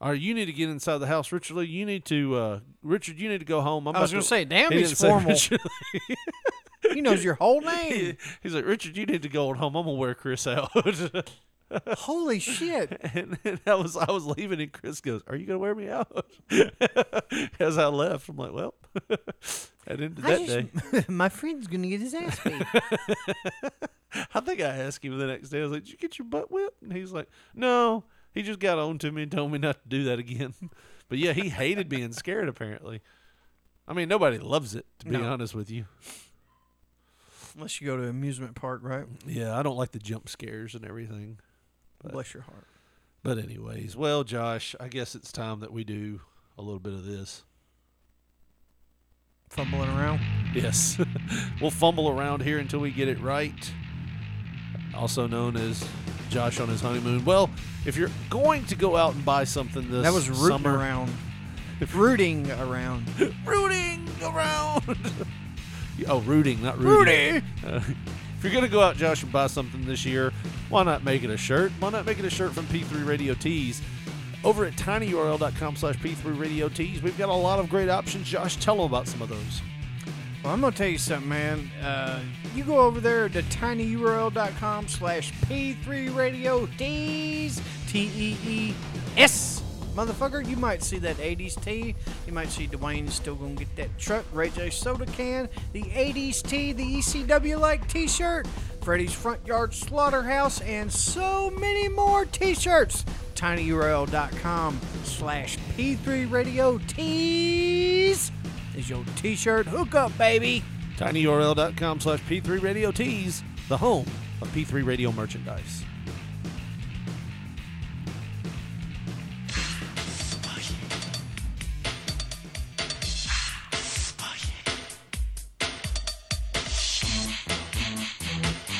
"All right, you need to get inside the house, Richard. Lee. You need to, uh, Richard. You need to go home." I'm
I was
about
gonna
to-"
say, damn,
He
he's
didn't say
formal.
Richard Lee.
he knows your whole name.
He's like, "Richard, you need to go on home. I'm gonna wear Chris out."
Holy shit!
And then I was I was leaving, and Chris goes, "Are you gonna wear me out?" As I left, I'm like, "Well, that ended
I
that day."
just- my friend's gonna get his ass beat.
I think I asked him the next day. I was like, "Did you get your butt whipped?" And he's like, "No." He just got on to me and told me not to do that again. But yeah, he hated being scared. Apparently, I mean, nobody loves it. To be
No.
honest with you,
Unless you go to an amusement park, right?
yeah, I don't like the jump scares and everything.
Bless your heart.
But anyways, well, Josh, I guess it's time that we do a little bit of this.
Fumbling around.
Yes. we'll fumble around here until we get it right. Also known as Josh on his honeymoon. Well, if you're going to go out and buy something this
That was rooting
summer,
around. Rooting around.
rooting around. oh, rooting, not rooting. Uh, if you're gonna go out, Josh, and buy something this year, why not make it a shirt? Why not make it a shirt from P3 Radio Tees? Over at tinyurl.com slash P3 Radio Tees, we've got a lot of great options. Josh, tell them about some of those.
Well, I'm gonna tell you something, man. Uh, you go over there to tinyurl.com slash p3 radio tees t e e s motherfucker. You might see that 80s tee. You might see Dwayne still gonna get that truck Ray J soda can, the 80s tee, the ECW like T-shirt, Freddy's front yard slaughterhouse, and so many more T-shirts. tinyurl.com slash p3 radio tees is your T-shirt hookup, baby.
tinyurl.com slash p3 radio tees the home of p3 radio merchandise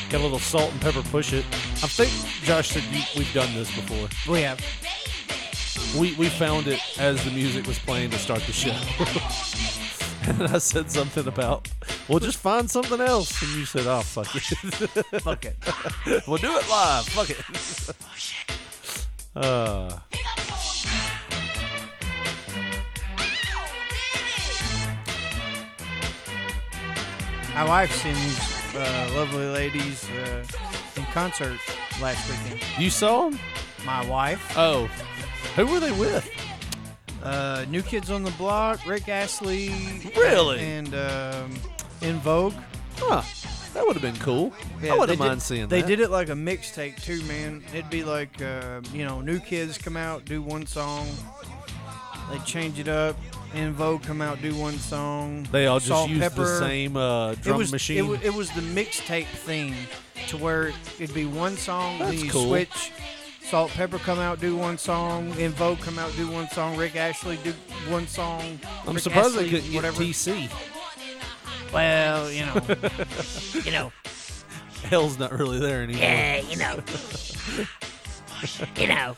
Got a little salt and pepper push it. I think Josh said you, we've done this before.
We have
We we found it as the music was playing to start the show. and I said something about, well, just find something else. And you said, oh, fuck it.
fuck it.
we'll do it live. Fuck it. uh,
My wife seen these uh, lovely ladies uh, in concert last weekend.
you saw them?
My wife,
Oh. Who were they with?
uh, New Kids on the Block, Rick Astley,
Really?
and um, In Vogue.
Huh. That would have been cool. I
they
wouldn't mind
did,
seeing
They
that.
did it like a mixtape too, man. It'd be like uh, you know, New Kids come out, do one song. They change it up. In Vogue come out, do one song.
They all just
Salt,
used
pepper.
the same uh, drum
it was,
machine.
It, wa- it was the mixtape thing to where it'd be one song,
That's
then you
cool.
switch. Salt Pepper come out, do one song. In Vogue come out, do one song. Rick Ashley do one song.
I'm
Rick
surprised
Astley,
they couldn't get
whatever.
TC.
Well, you know, you know,
Hell's not really there anymore.
Yeah, you know. you know.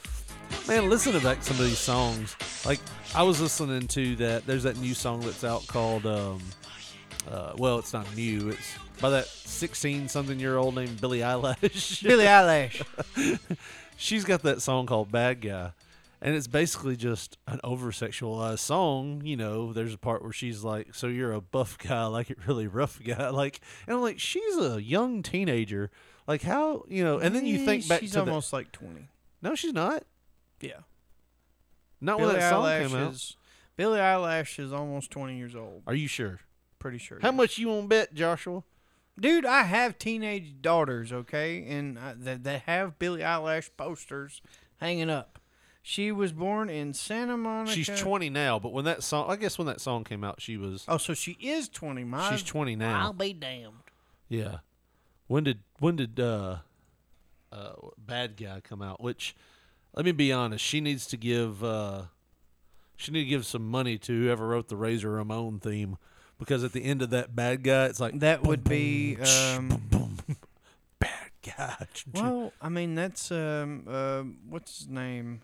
Man, listen to back some of these songs. Like I was listening to that. There's that new song that's out called. Um, uh, well, it's not new. It's by that 16 something year old named Billie Eilish.
Billie Eilish.
She's got that song called Bad Guy. And it's basically just an over sexualized song. You know, there's a part where she's like, So you're a buff guy, like it really rough guy. Like, and I'm like, She's a young teenager. Like, how, you know, and then you think back
She's
to that-
almost like twenty.
No, she's not.
Yeah,
Not
Billie
when that song
Eilish
came out.
is Billie Eilish is almost twenty years old.
Are you sure?
Pretty sure.
How much you want to bet, Joshua?
Dude, I have teenage daughters, okay, and I, they, they have Billie Eilish posters hanging up. She was born in Santa Monica.
She's 20 now, but when that song, I guess when that song came out, she was
Oh, so she is twenty. My,
she's 20 now.
Oh, I'll be damned.
Yeah. When did when did uh, uh, Bad Guy come out? Which, let me be honest, she needs to give uh, she need to give some money to whoever wrote the Razor Ramon theme, because at the end of that Bad Guy, it's like
That would be. Um,
Bad Guy.
well, I mean, that's um, uh, what's his name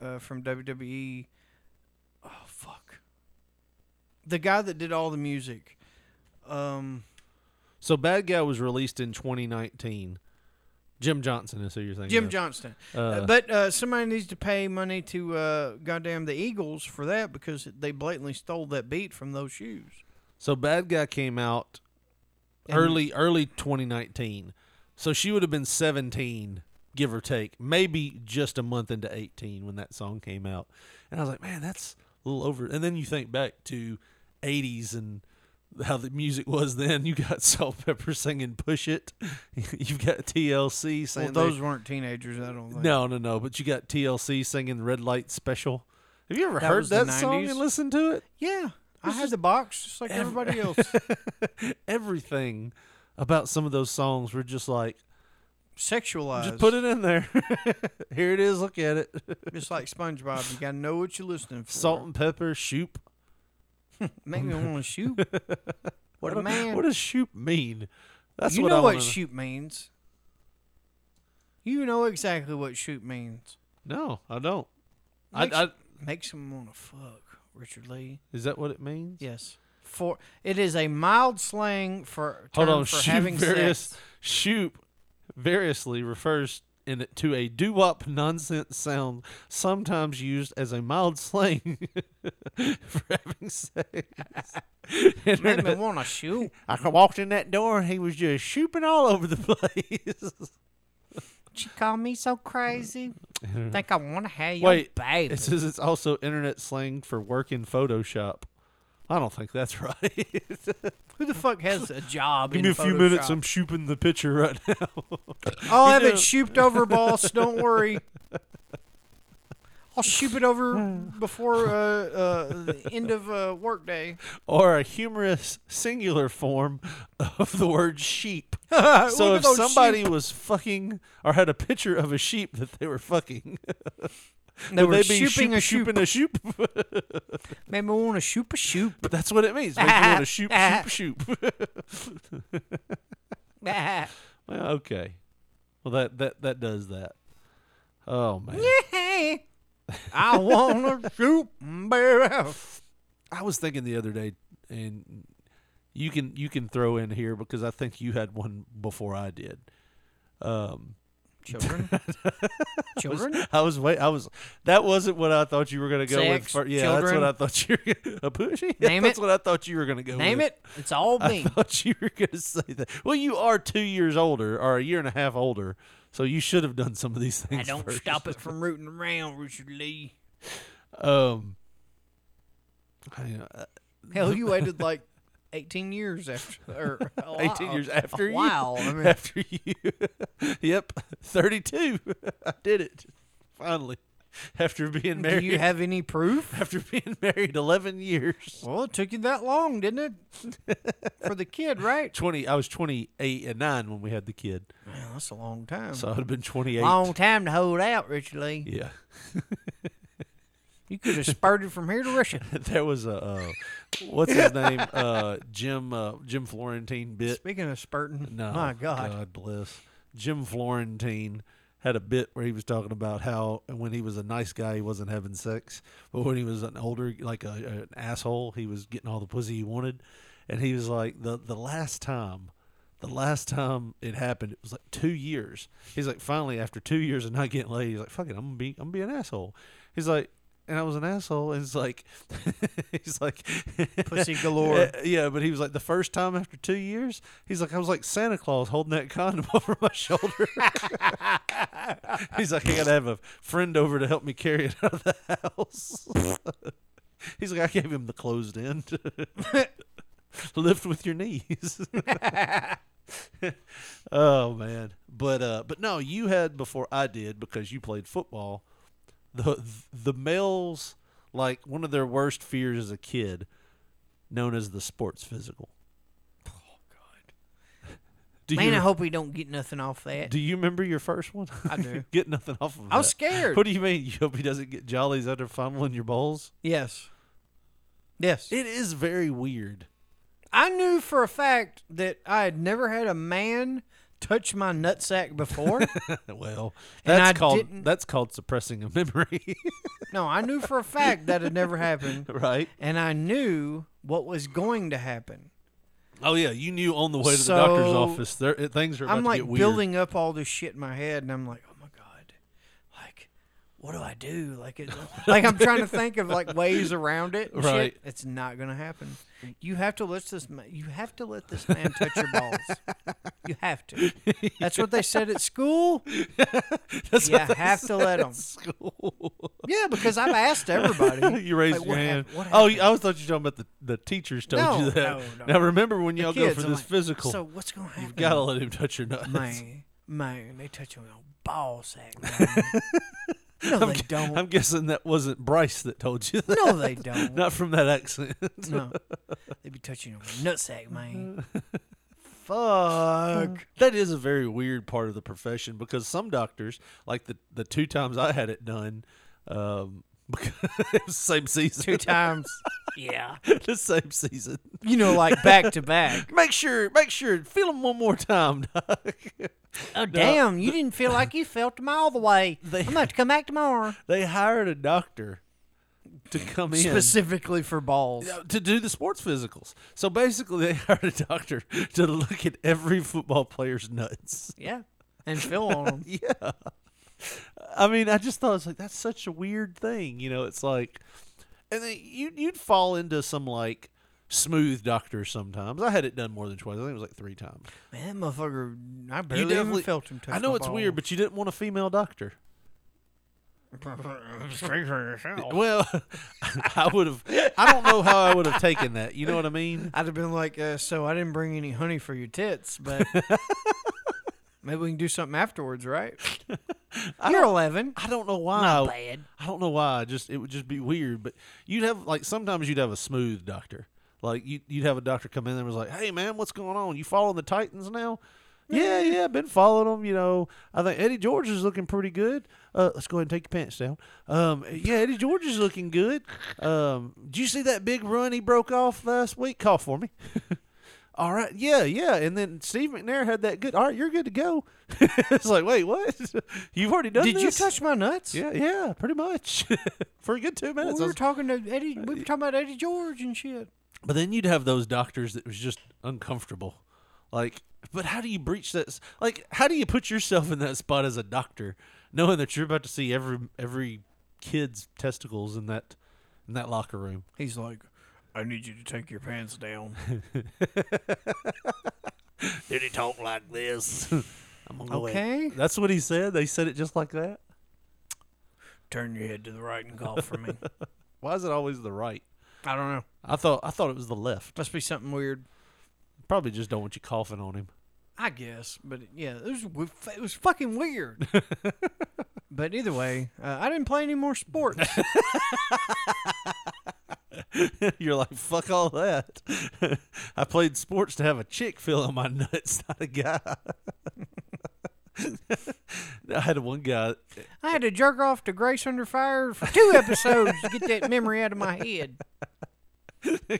uh, from WWE? Oh fuck, the guy that did all the music. Um,
So Bad Guy was released in 2019. Jim Johnson is who you're thinking.
Jim
of.
Johnston.
Uh,
but uh, somebody needs to pay money to uh, goddamn the Eagles for that because they blatantly stole that beat from those shoes.
So Bad Guy came out
And-
early early 2019. So she would have been 17 give or take, maybe just a month into 18 when that song came out. And I was like, "Man, that's a little over." And then you think back to 80s and how the music was then. You got Salt Pepper singing "Push It." You've got TLC
Well,
saying they-
those weren't teenagers. I don't think.
No, no, no. But you got TLC singing "Red Light Special." Have you ever
That
heard
was the
that song
90s?
and listened to it?
Yeah, I had the box just like everybody else.
Everything about some of those songs were just like,
Sexualized.
just put it in there. Here it is. Look at it.
Just like SpongeBob, you gotta know what you're listening for.
Salt and pepper shoop.
make me want to shoot. What a man!
What does shoop mean? That's
you
what
know
I
what
wanna-
shoot means. You know exactly what shoot means.
No, I don't. I,
Makes,
I,
makes him want to fuck Richard Lee.
is that what it means?
Yes. For it is a mild slang for
Hold
term
on.
for
Shoop
having
various
sex.
shoop variously refers in it to a doo wop nonsense sound sometimes used as a mild slang for having sex.
Make me
Internet-
want to shoot.
I walked in that door and he was just shooping all over the place.
She called me so crazy. Think I want to have your
Wait,
baby.
it says it's also internet slang for work in Photoshop. I don't think that's right.
Who the fuck has a job?
Give
in
me a few minutes.
Photoshop?
I'm shooping the picture right now.
I'll
You
have
know-
it shooped over, boss. Don't worry. I'll shoop it over before uh, uh, the end of uh, workday.
or a humorous singular form of the word sheep. so
at
if
those
somebody was fucking or had a picture of a sheep that they were fucking,
They
would
were
they be
shooping a shoop.
shooping a shoop?
Maybe we want to shoop a shoop.
But that's what it means. Maybe you want to shoop, shoop, shoop.
yeah.
well, okay. Well, that that that does that. Oh man,
I want to shoop, baby.
I was thinking the other day, and you can you can throw in here because I think you had one before I did.
Children. Children.
I was wait. I was. That wasn't what I thought you were gonna go
Sex,
with. fir- yeah, that's
children.
what I thought you were gonna, a pussy.
Name
that's
it.
what I thought you were gonna go.
Name
with.
it. It's all
I
me.
thought you were gonna say that. Well, you are two years older, or a year and a half older, so you should have done some of these things.
I don't
first.
stop it from rooting around, Richard Lee.
Um. I, you know, uh,
Hell, you waited like 18 years after, or a
eighteen
while-
years after
a
you.
while. I mean,
after you. yep, thirty-two. I did it finally. After being
do
married,
you have any proof?
after being married eleven years.
Well, it took you that long, didn't it? For the kid, right?
20 I was 28 and 9 when we had the kid.
Man, that's a long time.
So I'd have been 28.
long time to hold out, Richard Lee.
Yeah.
You could have spurted from here to Russia.
there was a uh, what's his name? Uh, Jim uh, Jim Florentine bit.
Speaking of spurting,
No.
my God.
God bless. Jim Florentine had a bit where he was talking about how when he was a nice guy he wasn't having sex, but when he was an older like a, an asshole, he was getting all the pussy he wanted. And he was like the the last time the last time it happened, it was like two years. He's like, finally, after two years of not getting laid, he's like, fuck it, I'm gonna be, I'm gonna be an asshole. He's like, and I was an asshole. And it's like, he's like,
Pussy galore.
yeah, but he was like, the first time after two years, he's like, I was like Santa Claus holding that condom over my shoulder. he's like, I gotta have a friend over to help me carry it out of the house. he's like, I gave him the closed end. Lift with your knees. Oh man, but uh, but no, you had before I did because you played football. The the males like one of their worst fears as a kid, known as the sports physical. Oh God! Do
Man,
you
I hope we don't get nothing off that.
do you remember your first one? I
do.
get nothing off of.
I was
that.
scared.
What do you mean? You hope he doesn't get jollies under fondling your balls?
yes. Yes.
It is very weird.
I knew for a fact that I had never had a man touch my nutsack before.
Well,
And
that's
I
called
didn't-
that's called suppressing a memory,
no, I knew for a fact that had never happened.
right?
and I knew what was going to happen.
Oh yeah, you knew on the way to the doctor's
So,
office. There, it- things are about
I'm
to
like
get weird.
building up all this shit in my head, and I'm like, oh my god, like, what do I do? Like, it, like I'm trying to think of like ways around it. and shit.
Right.
it's not gonna happen. You have to let this. Man, you have to let this man touch your balls. You have to. That's what they said at school.
That's
you
what they
have to
said at
let 'em.
School.
Yeah, because I've asked everybody.
you raised
Like,
your
what
hand.
hap- what
oh,
happened?
I always thought you were talking about the, the teachers told
No,
you that.
no, no.
Now remember when y'all go
Kids,
for
I'm
this
like,
physical,
So what's gonna happen?
you've got to let him touch your nuts.
man, man, they touch on your ball sack. man. no, they don't.
I'm guessing that wasn't Bryce that told you that.
no, they don't.
Not from that accent.
No, they be touching your nutsack, man. Fuck.
that is a very weird part of the profession because some doctors, like the the two times I had it done, um, because it was the same season,
Two times. Yeah.
the same season.
You know, like back to back.
Make sure, make sure, feel them one more time, doc.
Oh, damn. You didn't feel like you felt them all the way.
They-
I'm going to have to come back tomorrow.
they hired a doctor to come in
Specifically for balls.
uh, to do the sports physicals. So basically, they hired a doctor to look at every football player's nuts.
Yeah. And feel on them.
Yeah. I mean, I just thought it's like that's such a weird thing, you know. It's like, and then you you'd fall into some like smooth doctor sometimes. I had it done more than twice. I think it was like three times.
Man, that motherfucker, I
You
barely even
definitely-
felt him touch
I know
my
it's weird,
balls.
but you didn't want a female doctor.
Oh.
Well, I would have. I don't know how I would have taken that. You know what I mean?
I'd have been like, uh, so I didn't bring any honey for your tits, but maybe we can do something afterwards, right? You're 11.
I don't know why.
Not bad.
I don't know why. I Just it would just be weird. But you'd have like sometimes you'd have a smooth doctor. Like you, you'd have a doctor come in there and was like, "Hey man, what's going on? You following the Titans now?" Yeah, yeah, been following them. You know, I think Eddie George is looking pretty good. Uh, let's go ahead and take your pants down. Um, yeah, Eddie George is looking good. Um, did you see that big run he broke off last week? Call for me. All right, yeah, yeah, and then Steve McNair had that good. All right, you're good to go. it's like, wait, what? You've already done.
Did you
this?
touch my nuts?
Yeah, yeah, pretty much for a good two
Well,
minutes.
we
I
were
was-
talking to Eddie. We were talking about Eddie George and shit.
but then you'd have those doctors that was just uncomfortable. Like, but how do you breach that? s- Like, how do you put yourself in that spot as a doctor, knowing that you're about to see every every kid's testicles in that in that locker room?
He's like, I need you to take your pants down.
Did he talk like this? I'm
Oh,
gonna go ahead.
Okay.
that's what he said. They said it just like that.
Turn your head to the right and call for me.
Why is it always the right?
I don't know.
I thought I thought it was the left.
Must be something weird.
Probably just don't want you coughing on him.
I guess, but it- yeah, it was w- it was fucking weird. but either way, uh, I didn't play any more sports.
You're like, fuck all that. I played sports to have a chick fill in my nuts, not a guy. I had one guy.
I had to jerk off to Grace Under Fire for two episodes to get that memory out of my head.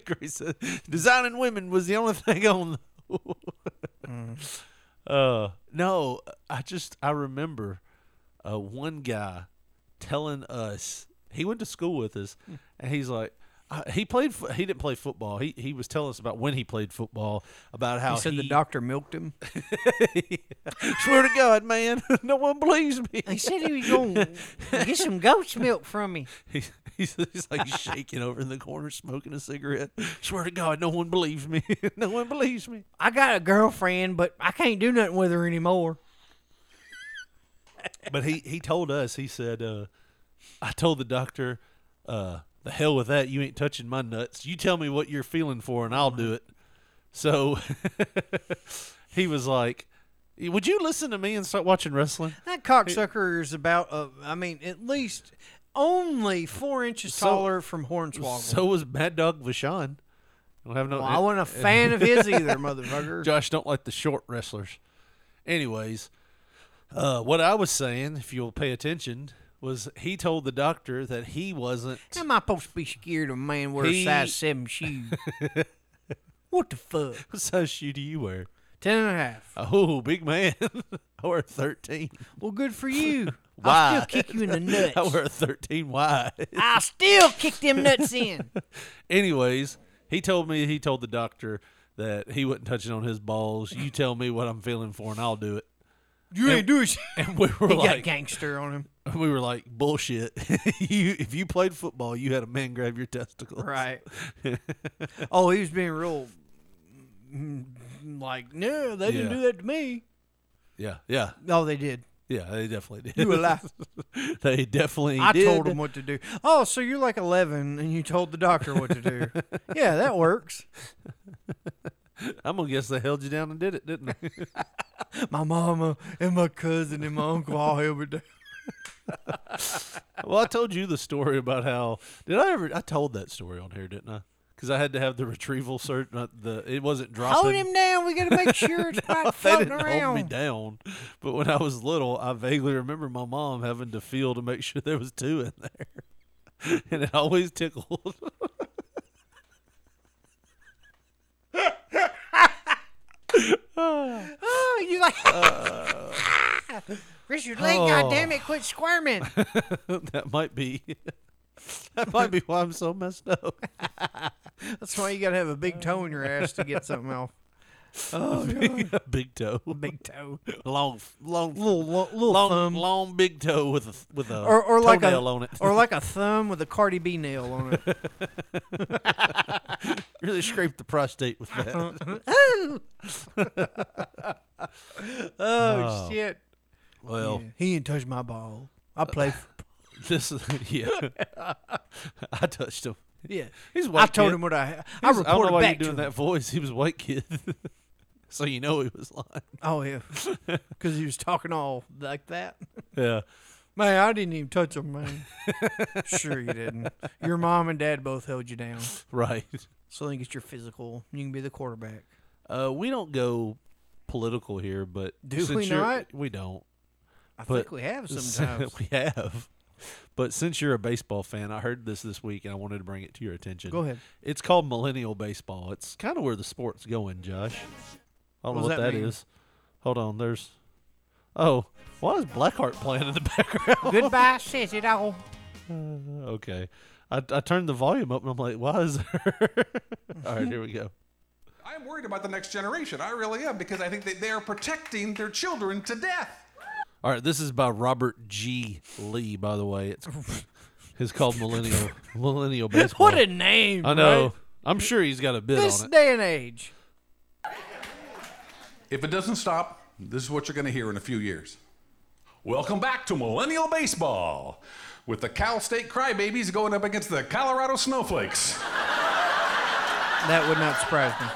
Grace said, designing women was the only thing on.
Mm.
uh, no, I just I remember uh, one guy telling us he went to school with us,
Hmm.
and he's like. Uh, he played. fo- He didn't play football. He he was telling us about when he played football. About how
Oh, He said the
he-
doctor milked him.
Swear to God, man, no one believes me.
He said he was going to get some goat's milk from me.
He's, he's, he's like shaking over in the corner, smoking a cigarette. Swear to God, no one believes me. no one believes me.
I got a girlfriend, but I can't do nothing with her anymore.
But he he told us. He said, uh, "I told the doctor, uh, the hell with that. You ain't touching my nuts. You tell me what you're feeling for, and I'll do it." So he was like, "Would you listen to me and start watching wrestling?"
That cocksucker is about, uh, I mean, at least only four inches
So-
taller from Hornswoggle.
So was Mad Dog Vachon. Don't have no.
well, I wasn't a fan of his either, motherfucker.
Josh don't like the short wrestlers. Anyways, uh, what I was saying, if you'll pay attention, was he told the doctor that he wasn't.
How am I supposed to be scared of a man wearing
He-
a size seven shoe? what the fuck?
What size shoe do you wear?
Ten and a half.
Oh, big man. I wear a 13.
Well, good for you. I'll
Why?
still kick you in the nuts.
I wear a 13 wide.
I'll still kick them nuts in.
Anyways, he told me, he told the doctor that he wasn't touching on his balls. You tell me what I'm feeling for and I'll do it.
You ain't doing shit.
And we were
He got
like,
gangster on him.
we were like, bullshit. you, if you played football, you had a man grab your testicles.
Right. oh, he was being real mm, like, no, they didn't
Yeah.
do that to me.
Yeah. Yeah.
No, they did.
Yeah, they definitely did.
You a lie.
they definitely
I
did.
told him what to do. Oh, so you're like 11 and you told the doctor what to do. yeah, that works.
I'm gonna guess they held you down and did it, didn't they?
My mama and my cousin and my uncle all here with
well, I told you the story about how did I ever? I told that story on here, didn't I? Because I had to have the retrieval search. Not the it wasn't dropping.
Hold him down. We got to make sure it's not
they
floating
didn't hold me
around.
down. But when I was little, I vaguely remember my mom having to feel to make sure there was two in there, and it always tickled.
Oh, you like. Richard Lane,
Uh. Oh.
goddamn it, quit squirming.
that might be. that might be why I'm so messed up.
That's why you got to have a big toe in your ass to get something off.
big toe,
Big toe.
long, long,
Little, lo- little
long,
thumb.
long, big toe with a th- with a
Um, or, or like a
toenail on it.
or like a thumb with a Cardi B nail on it.
really scrape the prostate with that.
oh, Oh, shit!
Oh. Well, Uh,
He ain't touched my ball. I play. f-
this is yeah. I touched him.
yeah,
He's a white.
I told
kid.
him what I. I
He's-
reported
I don't know why
back
you're doing
to him.
that voice. He was a white kid, so you know he was lying.
Oh yeah, because he was talking all like that.
Yeah,
Man, I didn't even touch him, man. sure you didn't. Your mom and dad both held you down,
right.
so then get your physical. You can be the quarterback.
Uh, we don't go political here, but
Do we
since you're-
not?
We don't.
I
But-
think we have sometimes.
we have. But since you're a baseball fan, I heard this this week, and I wanted to bring it to your attention.
Go ahead.
It's called millennial baseball. It's kind of where the sport's going, Josh. I don't know
What does
what
that
that
mean?
is. Hold on. There's. Oh, why is Blackheart playing in the background?
Goodbye, says it all.
okay. I, I turned the volume up and I'm like, why is there? All right, here we go.
I'm worried about the next generation. I really am because I think that they are protecting their children to death.
All right, this is by Robert G. Lee, by the way. It's it's called millennial millennial baseball.
What a name!
I know.
right?
I'm sure he's got a bit
This
on it.
day and age.
If it doesn't stop, this is what you're going to hear in a few years. Welcome back to Millennial Baseball with the Cal State Crybabies going up against the Colorado Snowflakes.
That would not surprise me.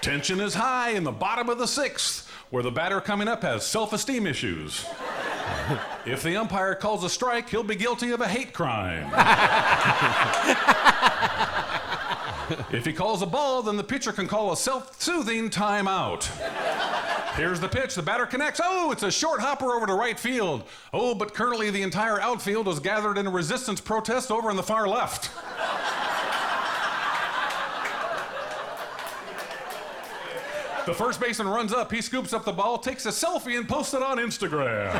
Tension is high in the bottom of the sixth, where the batter coming up has self esteem issues. if the umpire calls a strike, he'll be guilty of a hate crime. if he calls a ball, then the pitcher can call a self soothing timeout. Here's the pitch. The batter connects. Oh, it's a short hopper over to right field. Oh, but currently the entire outfield is gathered in a resistance protest over on the far left. The first baseman runs up. He scoops up the ball, takes a selfie, and posts it on Instagram.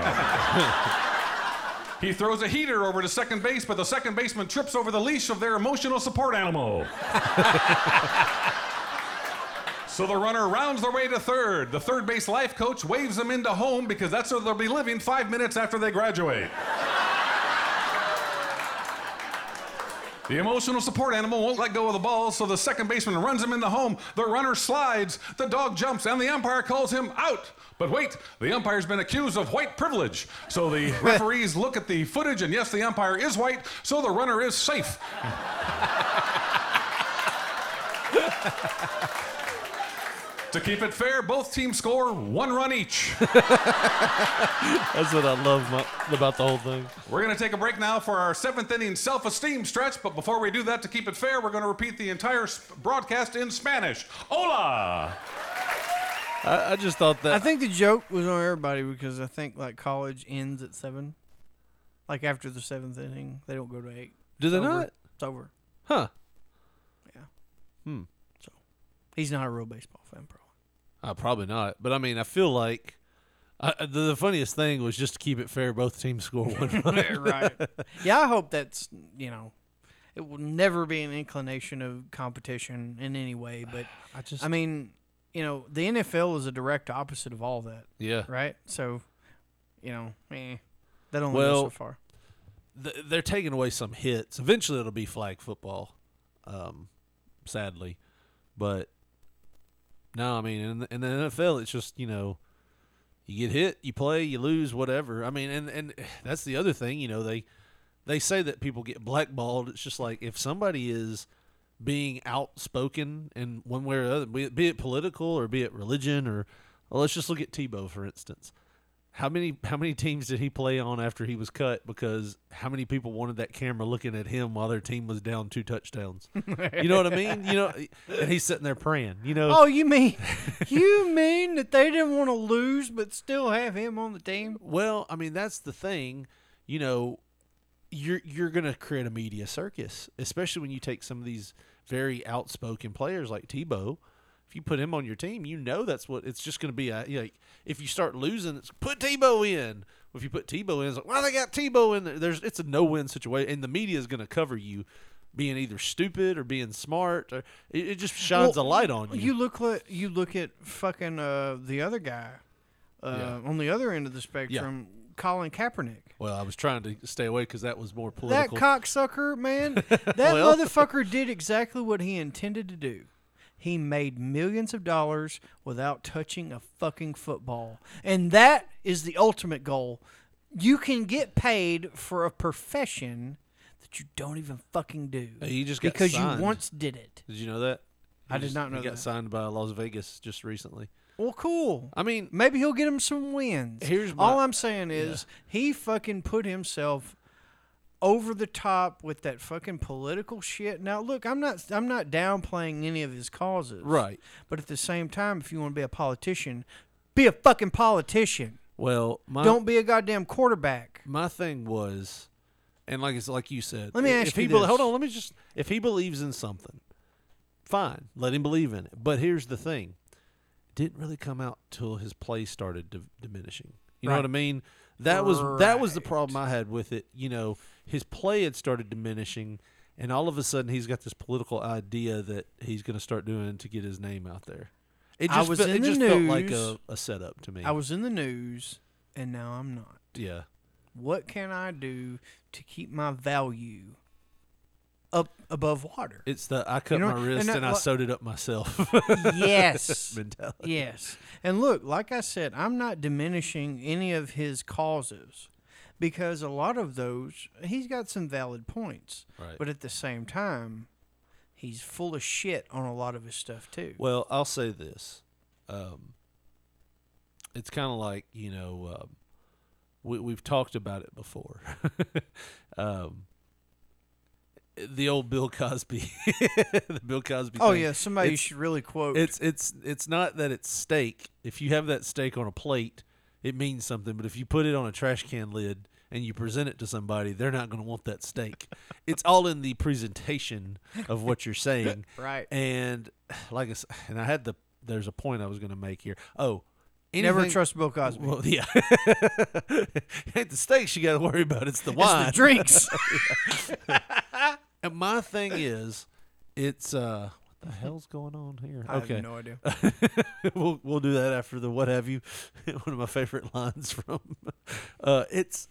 he throws a heater over to second base, but the second baseman trips over the leash of their emotional support animal. so the runner rounds their way to third. The third base life coach waves them into home because that's where they'll be living five minutes after they graduate. The emotional support animal won't let go of the ball, so the second baseman runs him in the home. The runner slides, the dog jumps, and the umpire calls him out. But wait, the umpire's been accused of white privilege. So the referees look at the footage, and yes, the umpire is white, so the runner is safe. to keep it fair, both teams score one run each.
That's what I love mo- about the whole thing.
We're going to take a break now for our seventh inning self esteem stretch, but before we do that, to keep it fair, we're going to repeat the entire sp- broadcast in Spanish. Hola!
I, I just thought that.
I think the joke was on everybody because I think like college ends at seven. Like after the seventh inning, they don't go to eight.
do they
It's over.
not?
It's over.
Huh. Hmm.
He's not a real baseball fan, probably.
Uh, probably not. But I mean, I feel like I, I- the, the funniest thing was just to keep it fair. Both teams score one run.
right. Yeah, I hope that's you know, it will never be an inclination of competition in any way. But I
just-
I mean, you know, the NFL is a direct opposite of all that,
Yeah.
right? So, you know, eh, that only goes so
Well,
far.
Th- they're taking away some hits. Eventually, it'll be flag football. Um, sadly, but no, I mean, in the, in the NFL, it's just you know, you get hit, you play, you lose, whatever. I mean, and and that's the other thing, you know, they they say that people get blackballed. It's just like if somebody is being outspoken in one way or the other, be it, be it political or be it religion or well, let's just look at Tebow for instance. How many how many teams did he play on after he was cut? Because how many people wanted that camera looking at him while their team was down two touchdowns? you know what I mean? You know, and he's sitting there praying. You know,
Oh, you mean you mean that they didn't want to lose but still have him on the team?
Well, I mean that's the thing, you know, you're you're going to create a media circus, especially when you take some of these very outspoken players like Tebow. If you put him on your team, you know that's what it's just going to be. A, you know, like if you start losing, it's put Tebow in. If you put Tebow in, it's like well they got Tebow in there. There's it's a no win situation, and the media is going to cover you being either stupid or being smart. Or it, it just shines a
Well,
light on you.
You look li- you look at fucking uh, the other guy uh, on the other end of the spectrum, Colin Kaepernick.
well, I was trying to stay away because that was more
That
political.
cocksucker, man. That
Well-
motherfucker did exactly what he intended to do. He made millions of dollars without touching a fucking football. And that is the ultimate goal. You can get paid for a profession that you don't even fucking do.
He just got
because
signed.
you once did it.
Did you know that?
I
He
did
just-
not know
He got
that.
signed by Las Vegas just recently.
Well, cool.
I mean,
Maybe he'll get him some wins.
Here's
all
my-
I'm saying is he fucking put himself over the top with that fucking political shit. Now, look, I'm not I'm not downplaying any of his causes,
Right.
But at the same time, if you want to be a politician, be a fucking politician.
well, my
Don't be a goddamn quarterback.
my thing was, and like it's like you said.
Let me
i-
ask
if he
you
bel-
this.
Hold on, let me just. If he believes in something, fine, let him believe in it. But here's the thing: it didn't really come out till his play started di- diminishing. You know what I mean? That was that was the problem I had with it. You know, his play had started diminishing, and all of a sudden he's got this political idea that he's going to start doing to get his name out there. It
I
just,
was
felt, it
in the
just felt like
news.
a, a setup to me.
I was in the news, and now I'm not.
yeah.
What can I do to keep my value up above water?
It's the I cut
know
my
what?
wrist and,
And that-
I
well-
sewed it up myself.
yes.
mentality.
Yes. And look, like I said, I'm not diminishing any of his causes because a lot of those, he's got some valid points.
Right.
But at the same time, he's full of shit on a lot of his stuff, too.
Well, I'll say this. Um, it's kind of like, you know, um, we, we've talked about it before. um, the old Bill Cosby. the Bill Cosby.
oh,
thing.
yeah. Somebody you
It's-
should really quote.
It's it's it's not that it's steak. If you have that steak on a plate, it means something. But if you put it on a trash can lid and you present it to somebody, they're not going to want that steak. it's all in the presentation of what you're saying.
Right.
And like I s- and I had the there's a point I was going to make here. Oh,
Never
anything-
trust Bill Cosby.
Well, yeah. ain't the steaks you got to worry about. It's the wine.
it's the drinks.
And my thing is, it's uh, what the hell's going on here?
I
okay.
have no idea.
we'll we'll do that after the what have you. One of my favorite lines from uh, it's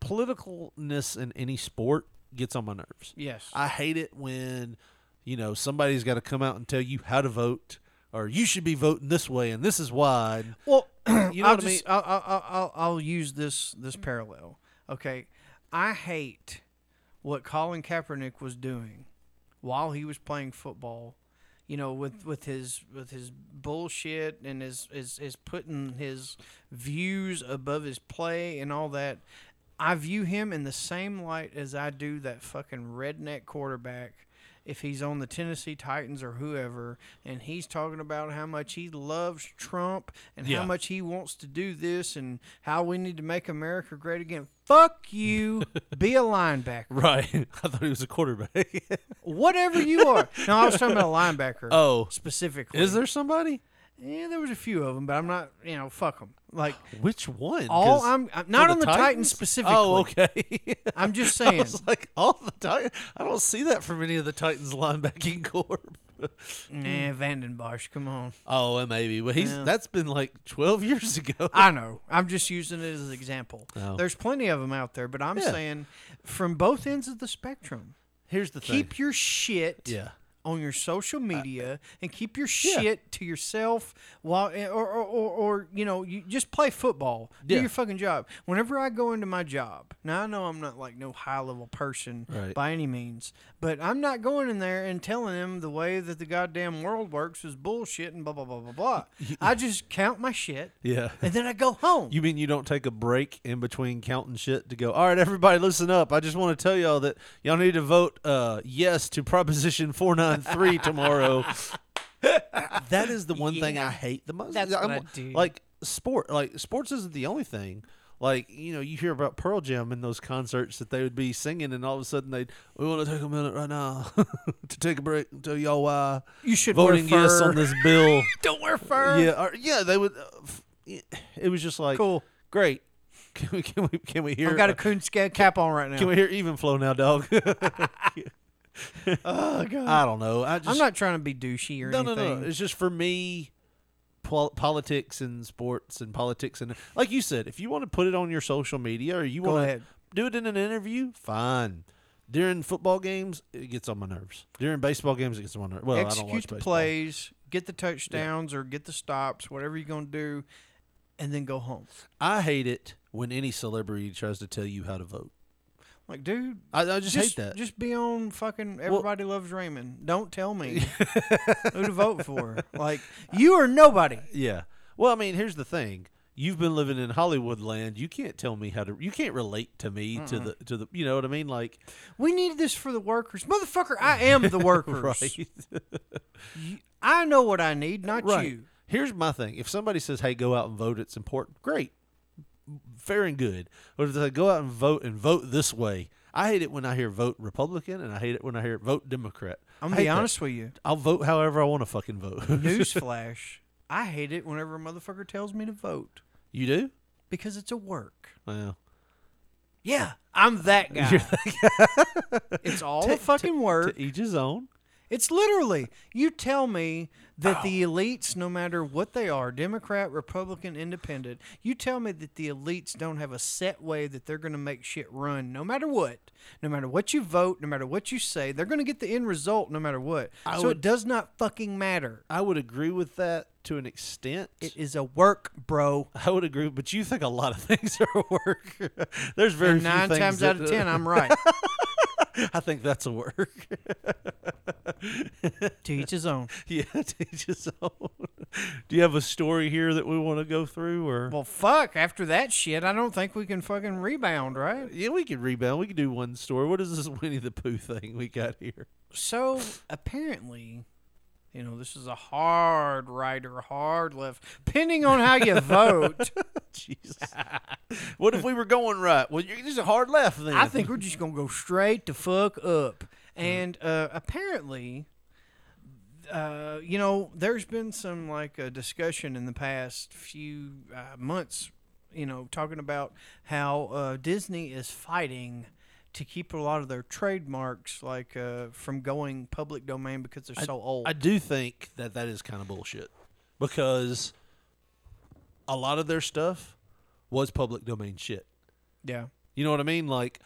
politicalness in any sport gets on my nerves.
Yes.
I hate it when you know somebody's got to come out and tell you how to vote or you should be voting this way and this is why. And
Well,
You know
I'll
what I mean?
just, I'll, I'll, I'll- I'll, I'll use this this parallel. Okay, I hate what Colin Kaepernick was doing while he was playing football. You know, with, with his with his bullshit and his, his his putting his views above his play and all that. I view him in the same light as I do that fucking redneck quarterback if he's on the Tennessee Titans or whoever, and he's talking about how much he loves Trump and
Yeah.
how much he wants to do this and how we need to make America great again. Fuck you. be a linebacker.
right, I thought he was a quarterback.
Whatever you are. No, I was talking about a linebacker.
oh,
Specifically.
is there somebody?
Yeah, there was a few of them, but I'm not, you know, fuck them. Like,
Which one?
all
'Cause
I'm, I'm
for
not on the Titans, specifically.
Oh, okay.
I'm just
I
saying.
was like, all the Titans. I don't see that from any of the Titans linebacking corps.
Nah, Vanden Bosch, come on.
oh, and maybe, but he's
Yeah.
that's been like twelve years ago.
I know. I'm just using it as an example.
Oh.
There's plenty of them out there, but I'm
Yeah.
saying from both ends of the spectrum,
Here's the
keep your shit
thing. Yeah.
on your social media and keep your shit to yourself while eh, or, or, or, or you know you just play football do
Yeah.
your fucking job whenever i go into my job now i know i'm not like no high level person
Right.
by any means but i'm not going in there and telling them the way that the goddamn world works is bullshit and blah blah blah blah blah i just count my shit
Yeah.
and then i go home
You mean you don't take a break in between counting shit to go, all right, everybody, listen up. I just want to tell y'all that y'all need to vote uh, yes to Proposition 493 tomorrow. that is the one thing I hate the most.
That's what
I'm-
I do.
Like, sport, like, sports isn't the only thing. Like, you know, you hear about Pearl Jam and those concerts that they would be singing, and all of a sudden they'd, we want to take a minute right now to take a break and tell y'all why
you should wear
voting yes
fur.
on this bill.
don't wear fur
Yeah, or, yeah, they would. Uh, f- yeah, it was just like
Cool.
great. Can we can we can we hear?
i've got
uh,
a coonskin cap on right now
can we hear even flow now, dog?
oh, God.
I don't know. I just
i'm not trying to be douchey or
No, no,
anything
no. It's just for me. Pol- politics and sports and politics and like you said, if you want to put it on your social media or you
Go
want to
ahead.
do it in an interview, fine. During football games, it gets on my nerves. During baseball games, it gets on my nerves. Well, Oh, I don't watch
execute the
baseball.
plays, get the touchdowns or get the stops, whatever you're gonna do, and then go home.
I hate it when any celebrity tries to tell you how to vote.
Like, dude,
I, I just, hate
just
that.
just be on fucking everybody loves Raymond. Don't tell me who to vote for. Like, you are nobody.
Yeah. Well, I mean, here's the thing. You've been living in Hollywood land. You can't tell me how to. You can't relate to me to the to the. You know what I mean? Like,
We need this for the workers, motherfucker. I am the workers.
right,
I know what I need, not
right.
you.
Here's my thing. If somebody says, "Hey, go out and vote. It's important." Great, fair and good. But if they say, go out and vote and vote this way, I hate it when I hear vote Republican and I hate it when I hear vote Democrat.
I'm
I
gonna be
hate that.
honest with you.
I'll vote however I want to fucking vote.
Newsflash: I hate it whenever a motherfucker tells me to vote
you do?
because it's a work.
Well,
Yeah, I'm that guy. it's all a fucking work.
to each his own.
It's literally you tell me
Oh.
that the elites, no matter what they are, Democrat, Republican, Independent, you tell me that the elites don't have a set way that they're going to make shit run, no matter what, no matter what you vote, no matter what you say, they're going to get the end result, no matter what. so it
would-
does not fucking matter.
I would agree with that to an extent.
It is a work, bro.
I would agree, but you think a lot of things are work. There's very few
Nine
things
times
that- uh,
out of ten, I'm right.
I think that's a work.
to each his own.
yeah, to each his own. Do you have a story here that we want to go through, or
Well, fuck. After that shit, I don't think we can fucking rebound, right?
yeah, we could rebound. We could do one story. What is this Winnie the Pooh thing we got here?
so apparently, you know, this is a hard right or hard left, depending on how you vote.
Jesus, what if we were going right? Well, you're this is a hard left then.
I think we're just gonna go straight to fuck up. And uh, apparently, uh, you know, there's been some like uh, discussion in the past few uh, months, you know, talking about how uh, Disney is fighting. To keep a lot of their trademarks, like uh, from going public domain, because they're so old.
I do think that that is kind of bullshit because a lot of their stuff was public domain shit.
yeah,
You know what I mean? Like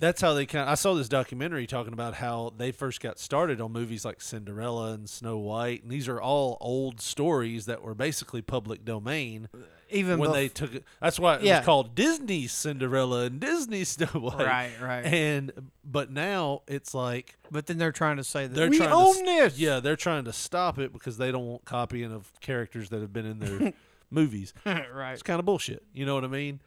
that's how they kind. I saw this documentary talking about how they first got started on movies like Cinderella and Snow White, and these are all old stories that were basically public domain
even
when
bef-
they took it. That's why it
Yeah.
was called Disney's Cinderella and Disney's Snow White.
Right, right.
And but now it's like
But then they're trying to say that
they're
we
trying
own
to, s-
this.
Yeah, they're trying to stop it because they don't want copying of characters that have been in their movies.
right.
It's kind of bullshit. You know what I mean?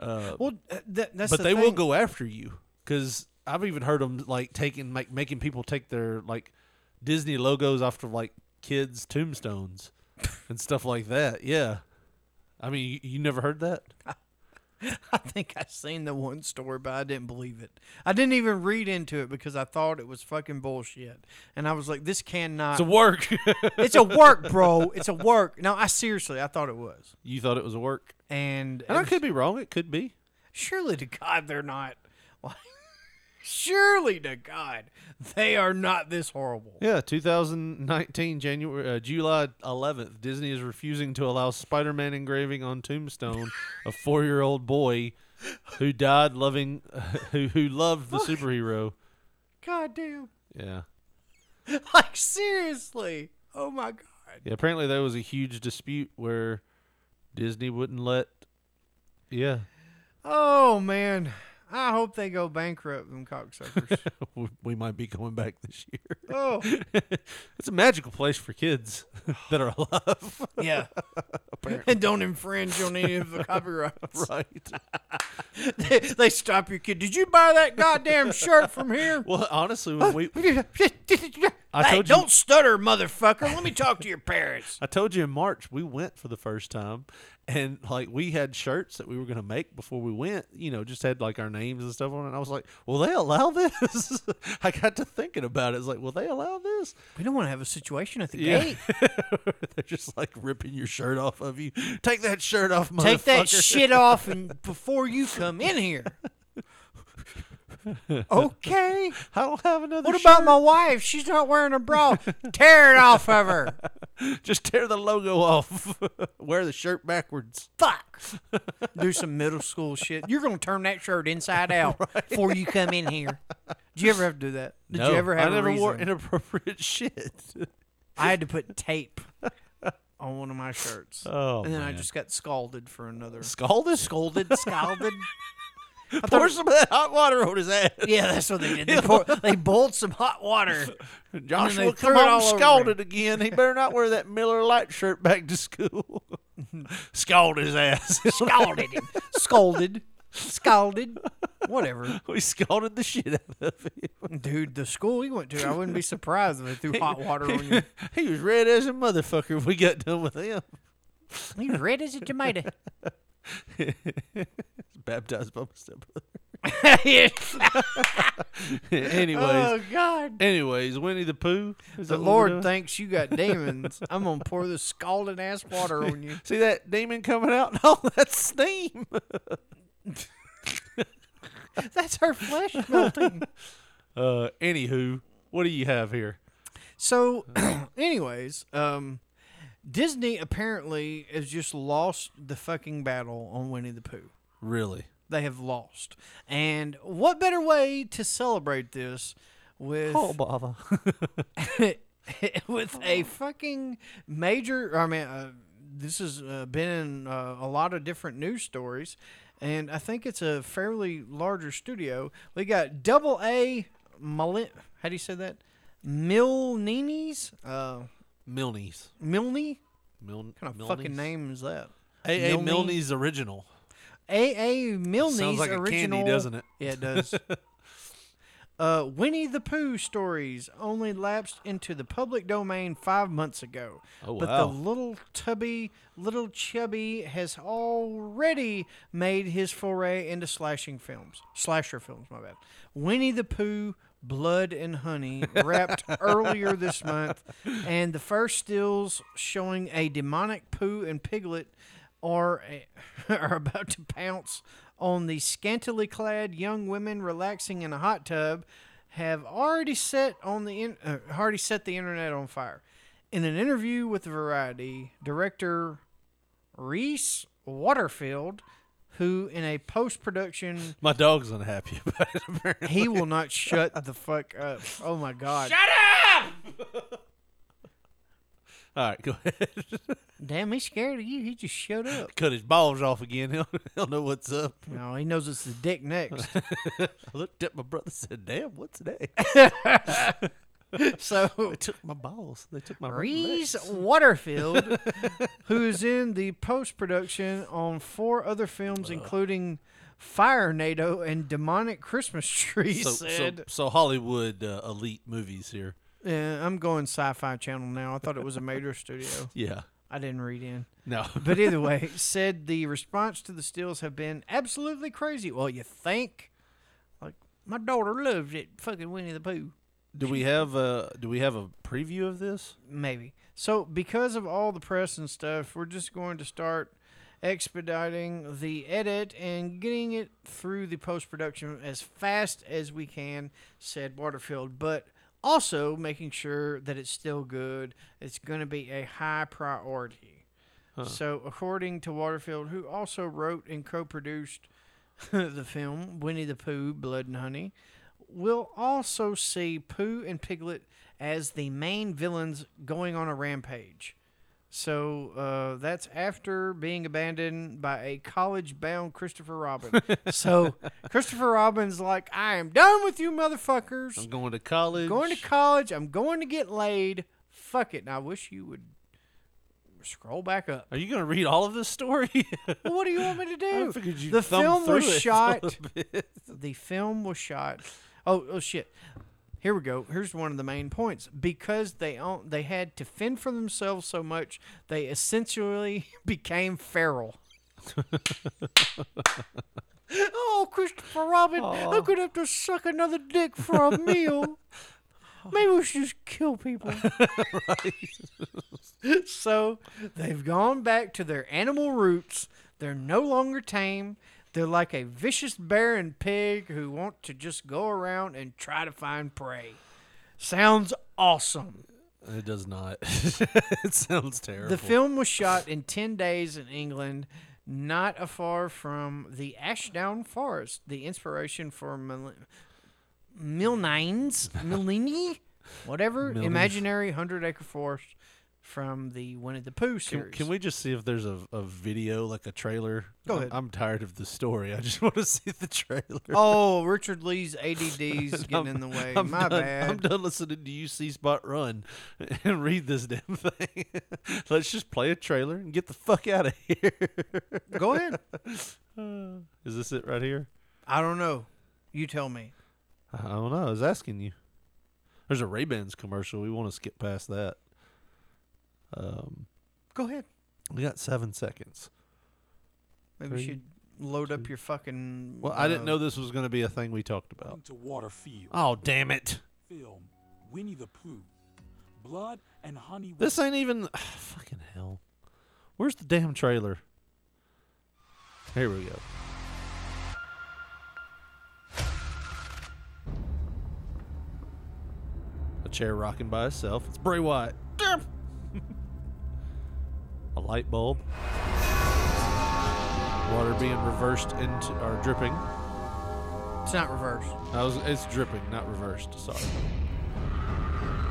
Well, uh, th- that's
but
the
they will
thing.
go after you because I've even heard them like taking like making people take their like Disney logos off of like kids' tombstones and stuff like that. Yeah, I mean, you, you never heard that?
I think I seen the one story, but I didn't believe it. I didn't even read into it because I thought it was fucking bullshit, and I was like, "This cannot.
It's a work.
it's a work, bro. It's a work." No, I seriously, I thought it was,
you thought it was a work,
and,
and I
and
could be wrong. It could be.
surely to God they're not. surely to God they are not this horrible.
Yeah, 2019 January uh, July 11th, Disney is refusing to allow Spider-Man engraving on tombstone a 4-year-old boy who died loving who who loved the superhero.
God damn.
Yeah.
Like seriously. Oh my god.
Yeah, apparently there was a huge dispute where Disney wouldn't let. Yeah,
Oh man. I hope they go bankrupt them cocksuckers.
we- we might be going back this year.
oh.
it's a magical place for kids that are alive,
Yeah. And don't infringe on any of the copyrights.
right?
they, they stop your kid. Did you buy that goddamn shirt from here?
Well, honestly, when we
I
told you-
don't stutter, motherfucker. Let me talk to your parents.
I told you in March we went for the first time, and like we had shirts that we were gonna make before we went. You know, just had like our names and stuff on it. And I was like, "Will they allow this?" I got to thinking about it. It's like, "Will they allow this?"
We don't want to have a situation at the gate.
They're just like ripping your shirt off of you. Take that shirt off, motherfucker.
Take that shit off and before you come in here. Okay.
I don't have another.
What
shirt.
about my wife? She's not wearing a bra. Tear it off of her.
Just tear the logo off. Wear the shirt backwards.
Fuck. Do some middle school shit. You're gonna turn that shirt inside out before you come in here. Did you ever have to do that? Did
no,
you ever
I
have a
never wore
reason?
inappropriate shit.
I had to put tape on one of my shirts.
Oh,
and then I
man.
just got scalded for another.
Scalded,
Scolded, scalded.
Pour some of that hot water on his ass.
yeah, that's what they did. They, pour, they boiled some hot water.
Joshua
they
come
threw it
home
all over
scalded again. He better not wear that Miller Light shirt back to school. Scald his ass.
Scalded him. Scolded. Scalded. Whatever.
we scalded the shit out of him.
Dude, the school he went to, I wouldn't be surprised if they threw hot water on you.
He was red as a motherfucker. when We got done with him.
He's red as a tomato.
Baptized by my stepbrother.
Yes.
anyways,
oh God.
anyways, Winnie the Pooh. Is
The
that what we're doing?
Lord thinks you got demons. I'm gonna pour this scalded ass water on you.
See that demon coming out?
Oh,
No, that's steam.
That's her flesh melting.
Uh, anywho, what do you have here?
So, anyways, um, Disney apparently has just lost the fucking battle on Winnie the Pooh.
Really?
They have lost, and what better way to celebrate this with
bother.
with a
Oh.
fucking major. I mean, uh, this has uh, been in uh, a lot of different news stories, and I think it's a fairly larger studio. We got Double A Malin. How do you say that? Milnini's. Uh,
Milne's.
Milne.
Milne.
What kind of fucking name is that?
A.A.
Milne?
Milne's original.
A.A. Milne's
Sounds like a candy,
original.
doesn't it?
Yeah, it does. uh, Winnie the Pooh stories only lapsed into the public domain five months ago.
Oh,
But
wow.
the little tubby, little chubby has already made his foray into slashing films. Slasher films, my bad. Winnie the Pooh. Blood and Honey wrapped earlier this month, and the first stills showing a demonic Pooh and Piglet are are about to pounce on the scantily clad young women relaxing in a hot tub have already set on the in, uh, already set the internet on fire. In an interview with Variety, director Reese Waterfield, who in a post-production
My dog's unhappy about it, apparently.
he will not shut the fuck up. Oh my god.
All right, go ahead.
Damn, he's scared of you. He just shut up.
Cut his balls off again. He'll, he'll know what's up.
No, he knows it's the dick next.
I looked at my brother and said, Damn, what's that?
So
they took my balls. They took my
Reese
legs.
Waterfield, who is in the post production on four other films, including Fire Nado and Demonic Christmas Tree,
So, so,
said,
so Hollywood uh, elite movies here.
Yeah, I'm going Sci Fi Channel now. I thought it was a major studio.
Yeah.
I didn't read in.
No.
But either way, said the response to the stills have been absolutely crazy. Well, you think? Like, my daughter loves it. Fucking Winnie the Pooh.
do we have a Do we have a preview of this?
maybe. So because of all the press and stuff, we're just going to start expediting the edit and getting it through the post production as fast as we can, said Waterfield, but also making sure that it's still good. It's going to be a high priority. So according to Waterfield, who also wrote and co-produced the film Winnie the Pooh, Blood and Honey, we'll also see Pooh and Piglet as the main villains going on a rampage. So uh, that's after being abandoned by a college bound Christopher Robin. so Christopher Robin's like, I am done with you motherfuckers.
I'm going to college.
going to college. I'm going to get laid. Fuck it. And I wish you would scroll back up.
Are you going to read all of this story?
Well, what do you want me to do?
I figured you'd
the
thumb
film was
through it a
shot.
little bit.
The film was shot. Oh, oh shit. Here we go. Here's one of the main points. Because they own, they had to fend for themselves so much, they essentially became feral. oh, Christopher Robin, I'm gonna have to suck another dick for a meal. Maybe we should just kill people. so they've gone back to their animal roots. They're no longer tame. They're like a vicious bear and pig who want to just go around and try to find prey. Sounds awesome.
It does not. it sounds terrible.
The film was shot in 10 days in England, not afar from the Ashdown Forest, the inspiration for Mil- Milnine's, Milini, whatever, imaginary 100 acre forest from the Winnie the Pooh
Can,
series.
can we just see if there's a, a video, like a trailer?
Go
I'm-
ahead.
I'm tired of the story. I just want to see the trailer.
Oh, Richard Lee's ADD's getting in the way.
I'm
My
done,
bad.
I'm done listening to you see Spot run and read this damn thing. Let's just play a trailer and get the fuck out of here.
Go ahead.
Is this it right here?
I don't know. You tell me.
I don't know. I was asking you. There's a Ray Bans commercial. We want to skip past that. Um,
Go ahead.
we got seven seconds.
Maybe you should load up your fucking.
Well, I didn't
uh,
know this was going to be a thing we talked about.
to Waterfield.
Oh, damn it.
Film Winnie the Pooh. Blood and honey.
This ain't even. fucking hell. Where's the damn trailer? Here we go. A chair rocking by itself. It's Bray Wyatt. Damn. A light bulb. Water being reversed into or dripping.
It's not reversed.
I was, it's dripping, not reversed. Sorry.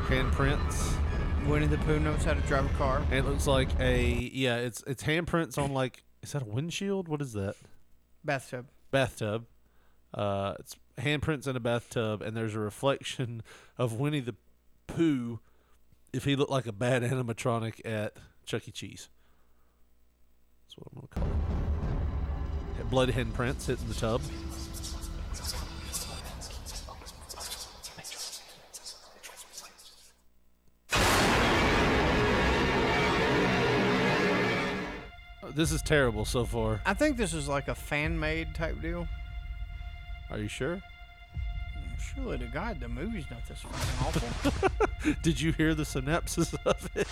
Handprints.
Winnie the Pooh knows how to drive a car.
It looks like a yeah. It's it's handprints on like is that a windshield? What is that?
Bathtub.
Bathtub. Uh, it's handprints in a bathtub, and there's a reflection of Winnie the Pooh if he looked like a bad animatronic at Chuck E. Cheese. That's what I'm gonna call it. Blood handprints hitting the tub. This is terrible so far.
I think this is like a fan made type deal.
Are you sure?
Surely to God, the movie's not this fucking awful.
Did you hear the synopsis of it?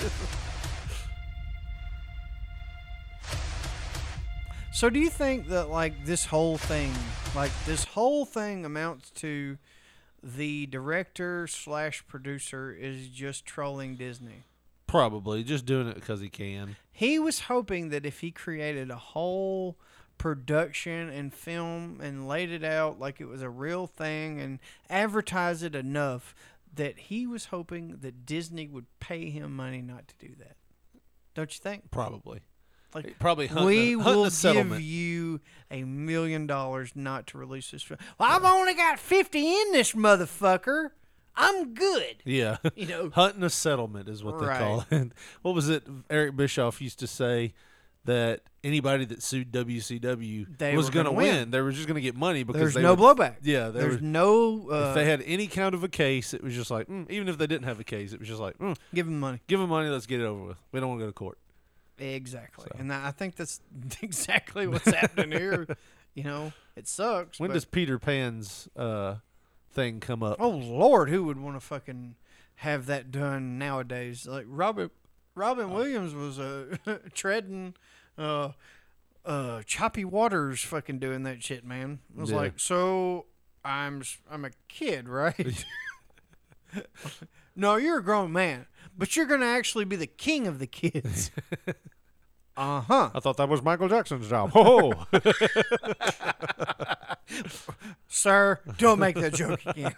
so, do you think that like this whole thing, like this whole thing, amounts to the director slash producer is just trolling Disney?
Probably just doing it because he can.
he was hoping that if he created a whole production and film and laid it out like it was a real thing and advertised it enough that he was hoping that Disney would pay him money not to do that. Don't you think?
Probably.
Like,
Probably hunting
we
a, hunting
will
a
give
settlement.
you a million dollars not to release this film. Well, I've only got 50 in this motherfucker. I'm good.
yeah.
You know.
hunting a settlement is what they call it. What was it? Eric Bischoff used to say that anybody that sued WCW
They
was
were
going to
gonna win.
win. They were just going to get money because
There's
they
no
were-
blowback.
Yeah, they were-
There's no uh,
If they had any kind of a case, it was just like, mm, even if they didn't have a case, it was just like, mm,
give him money.
give them money, let's get it over with. We don't want to go to court.
Exactly. And I I think that's exactly what's happening here. You know, it sucks.
When
but-
does Peter Pan's uh, thing come up?
Oh Lord, who would want to fucking have that done nowadays? Like Robert Robin
Oh.
Williams was uh, treading uh uh choppy waters fucking doing that shit, man. I was
Yeah.
like, "So I'm s- I'm a kid, right?" no, you're a grown man, but you're going to actually be the king of the kids. uh-huh.
I thought that was Michael Jackson's job. Oh,
sir, don't make that joke again.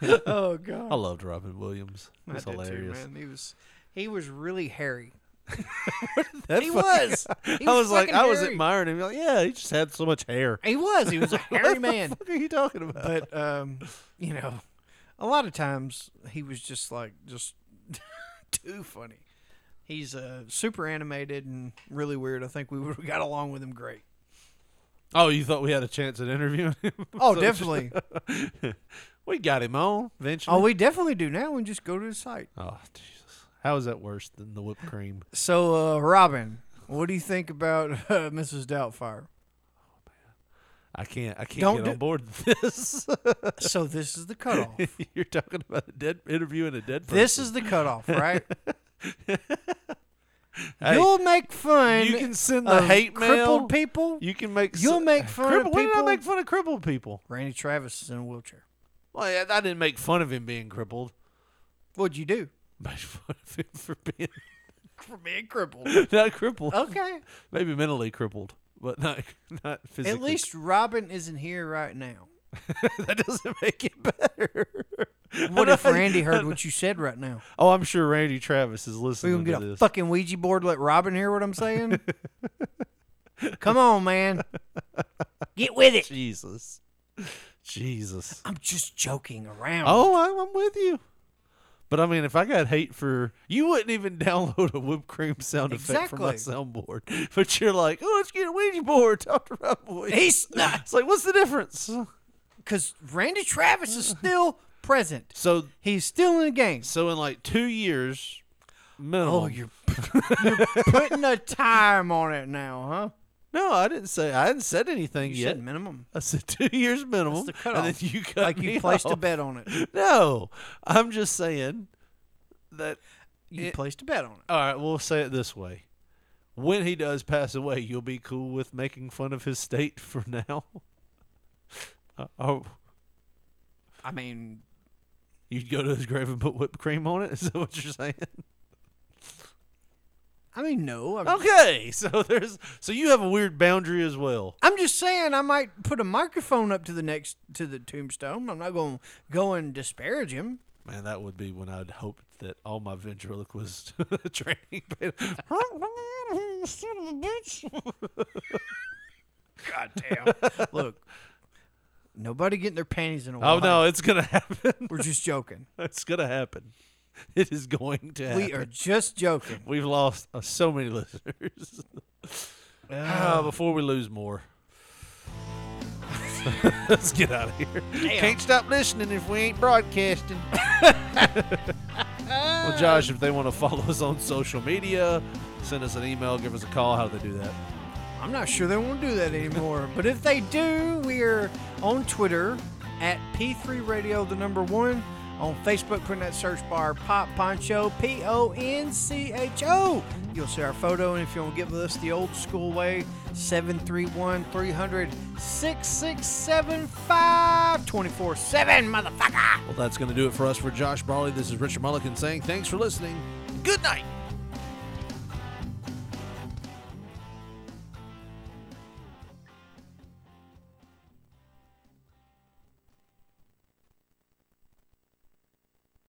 oh god.
I loved Robin Williams. It was
I did too,
hilarious.
man. He was he was really hairy.
That
he
fucker-
was. He
I was like,
fucking
I was
hairy.
admiring him. Like, yeah, he just had so much hair.
He was. He was a
What
hairy
the
man.
fuck are you talking about?
But um, you know, a lot of times he was just like just too funny. He's uh, super animated and really weird. I think we would have got along with him great.
Oh, you thought we had a chance at interviewing him?
Oh,
So-
definitely.
we got him on eventually.
oh, we definitely do now. We just go to the site.
Oh, Jesus. How is that worse than the whipped cream?
So, uh, Robin, what do you think about uh, Mrs. Doubtfire?
I can't. I can't
Don't
get
do-
on board with this.
So this is the cutoff.
You're talking about a dead interviewing a dead. Person.
this is the cutoff, right?
Hey,
You'll make fun.
you can send the
of
hate mail.
Crippled people.
You can make. s-
You'll make fun of
crippled- When did I
people-
make fun of crippled people?
Randy Travis is in a wheelchair.
Well, yeah, I didn't make fun of him being crippled.
What'd you do?
I made fun of him for being
For being crippled.
not crippled.
Okay.
Maybe mentally crippled, but not not physically.
At least Robin isn't here right now.
that doesn't make it better.
What if Randy heard what you said right now?
Oh, I'm sure Randy Travis is
We
listening
gonna get
to
a
this.
fucking Ouija board? Let Robin hear what I'm saying? Come on, man. Get with it.
Jesus, Jesus.
I'm just joking around.
Oh, I'm, I'm with you. But I mean, if I got hate for you, wouldn't even download a whipped cream sound effect from my
Exactly.
soundboard. But you're like, oh, let's get a Ouija board, Doctor Robboy.
He's not-
It's like, what's the difference?
because Randy Travis is still present.
So,
He's still in the game.
so in like two years, minimum.
Oh, you're you're putting a time on it now, huh?
no, I didn't say I hadn't said anything
You
yet.
said minimum.
I said two years minimum,
That's the
and then
cutoff.
you cut
Like you
me
placed a
off.
bet on it.
No, I'm just saying that
You
It-
placed a bet on it.
All right, we'll say it this way. When he does pass away, you'll be cool with making fun of his state for now? Uh, oh,
I mean,
you'd go to his grave and put whipped cream on it? Is that what you're saying?
I mean, no. I'm,
Okay, so there's so you have a weird boundary as well.
I'm just saying I might put a microphone up to the next to the tombstone. I'm not going to go and disparage him.
Man, that would be when I'd hoped that all my ventriloquist training.
Goddamn. Look, nobody getting their panties in a
oh
wad.
no, it's gonna happen.
We're just joking.
It's gonna happen. It is going to happen.
We are just joking.
We've lost uh, so many listeners. Ah, before we lose more, let's get out of here. Can't stop listening if we ain't broadcasting. well, Josh, if they want to follow us on social media, send us an email, give us a call. How do they do that?
I'm not sure they won't do that anymore. but if they do, we're on Twitter at P3 Radio, the number one. On Facebook, put in that search bar Pop Poncho, P O N C H O. You'll see our photo. And if you want to get with us the old school way, 731 300 6675 24 7, motherfucker.
Well, that's going to do it for us. For Josh Brawley, this is Richard Mulligan saying thanks for listening. Good night.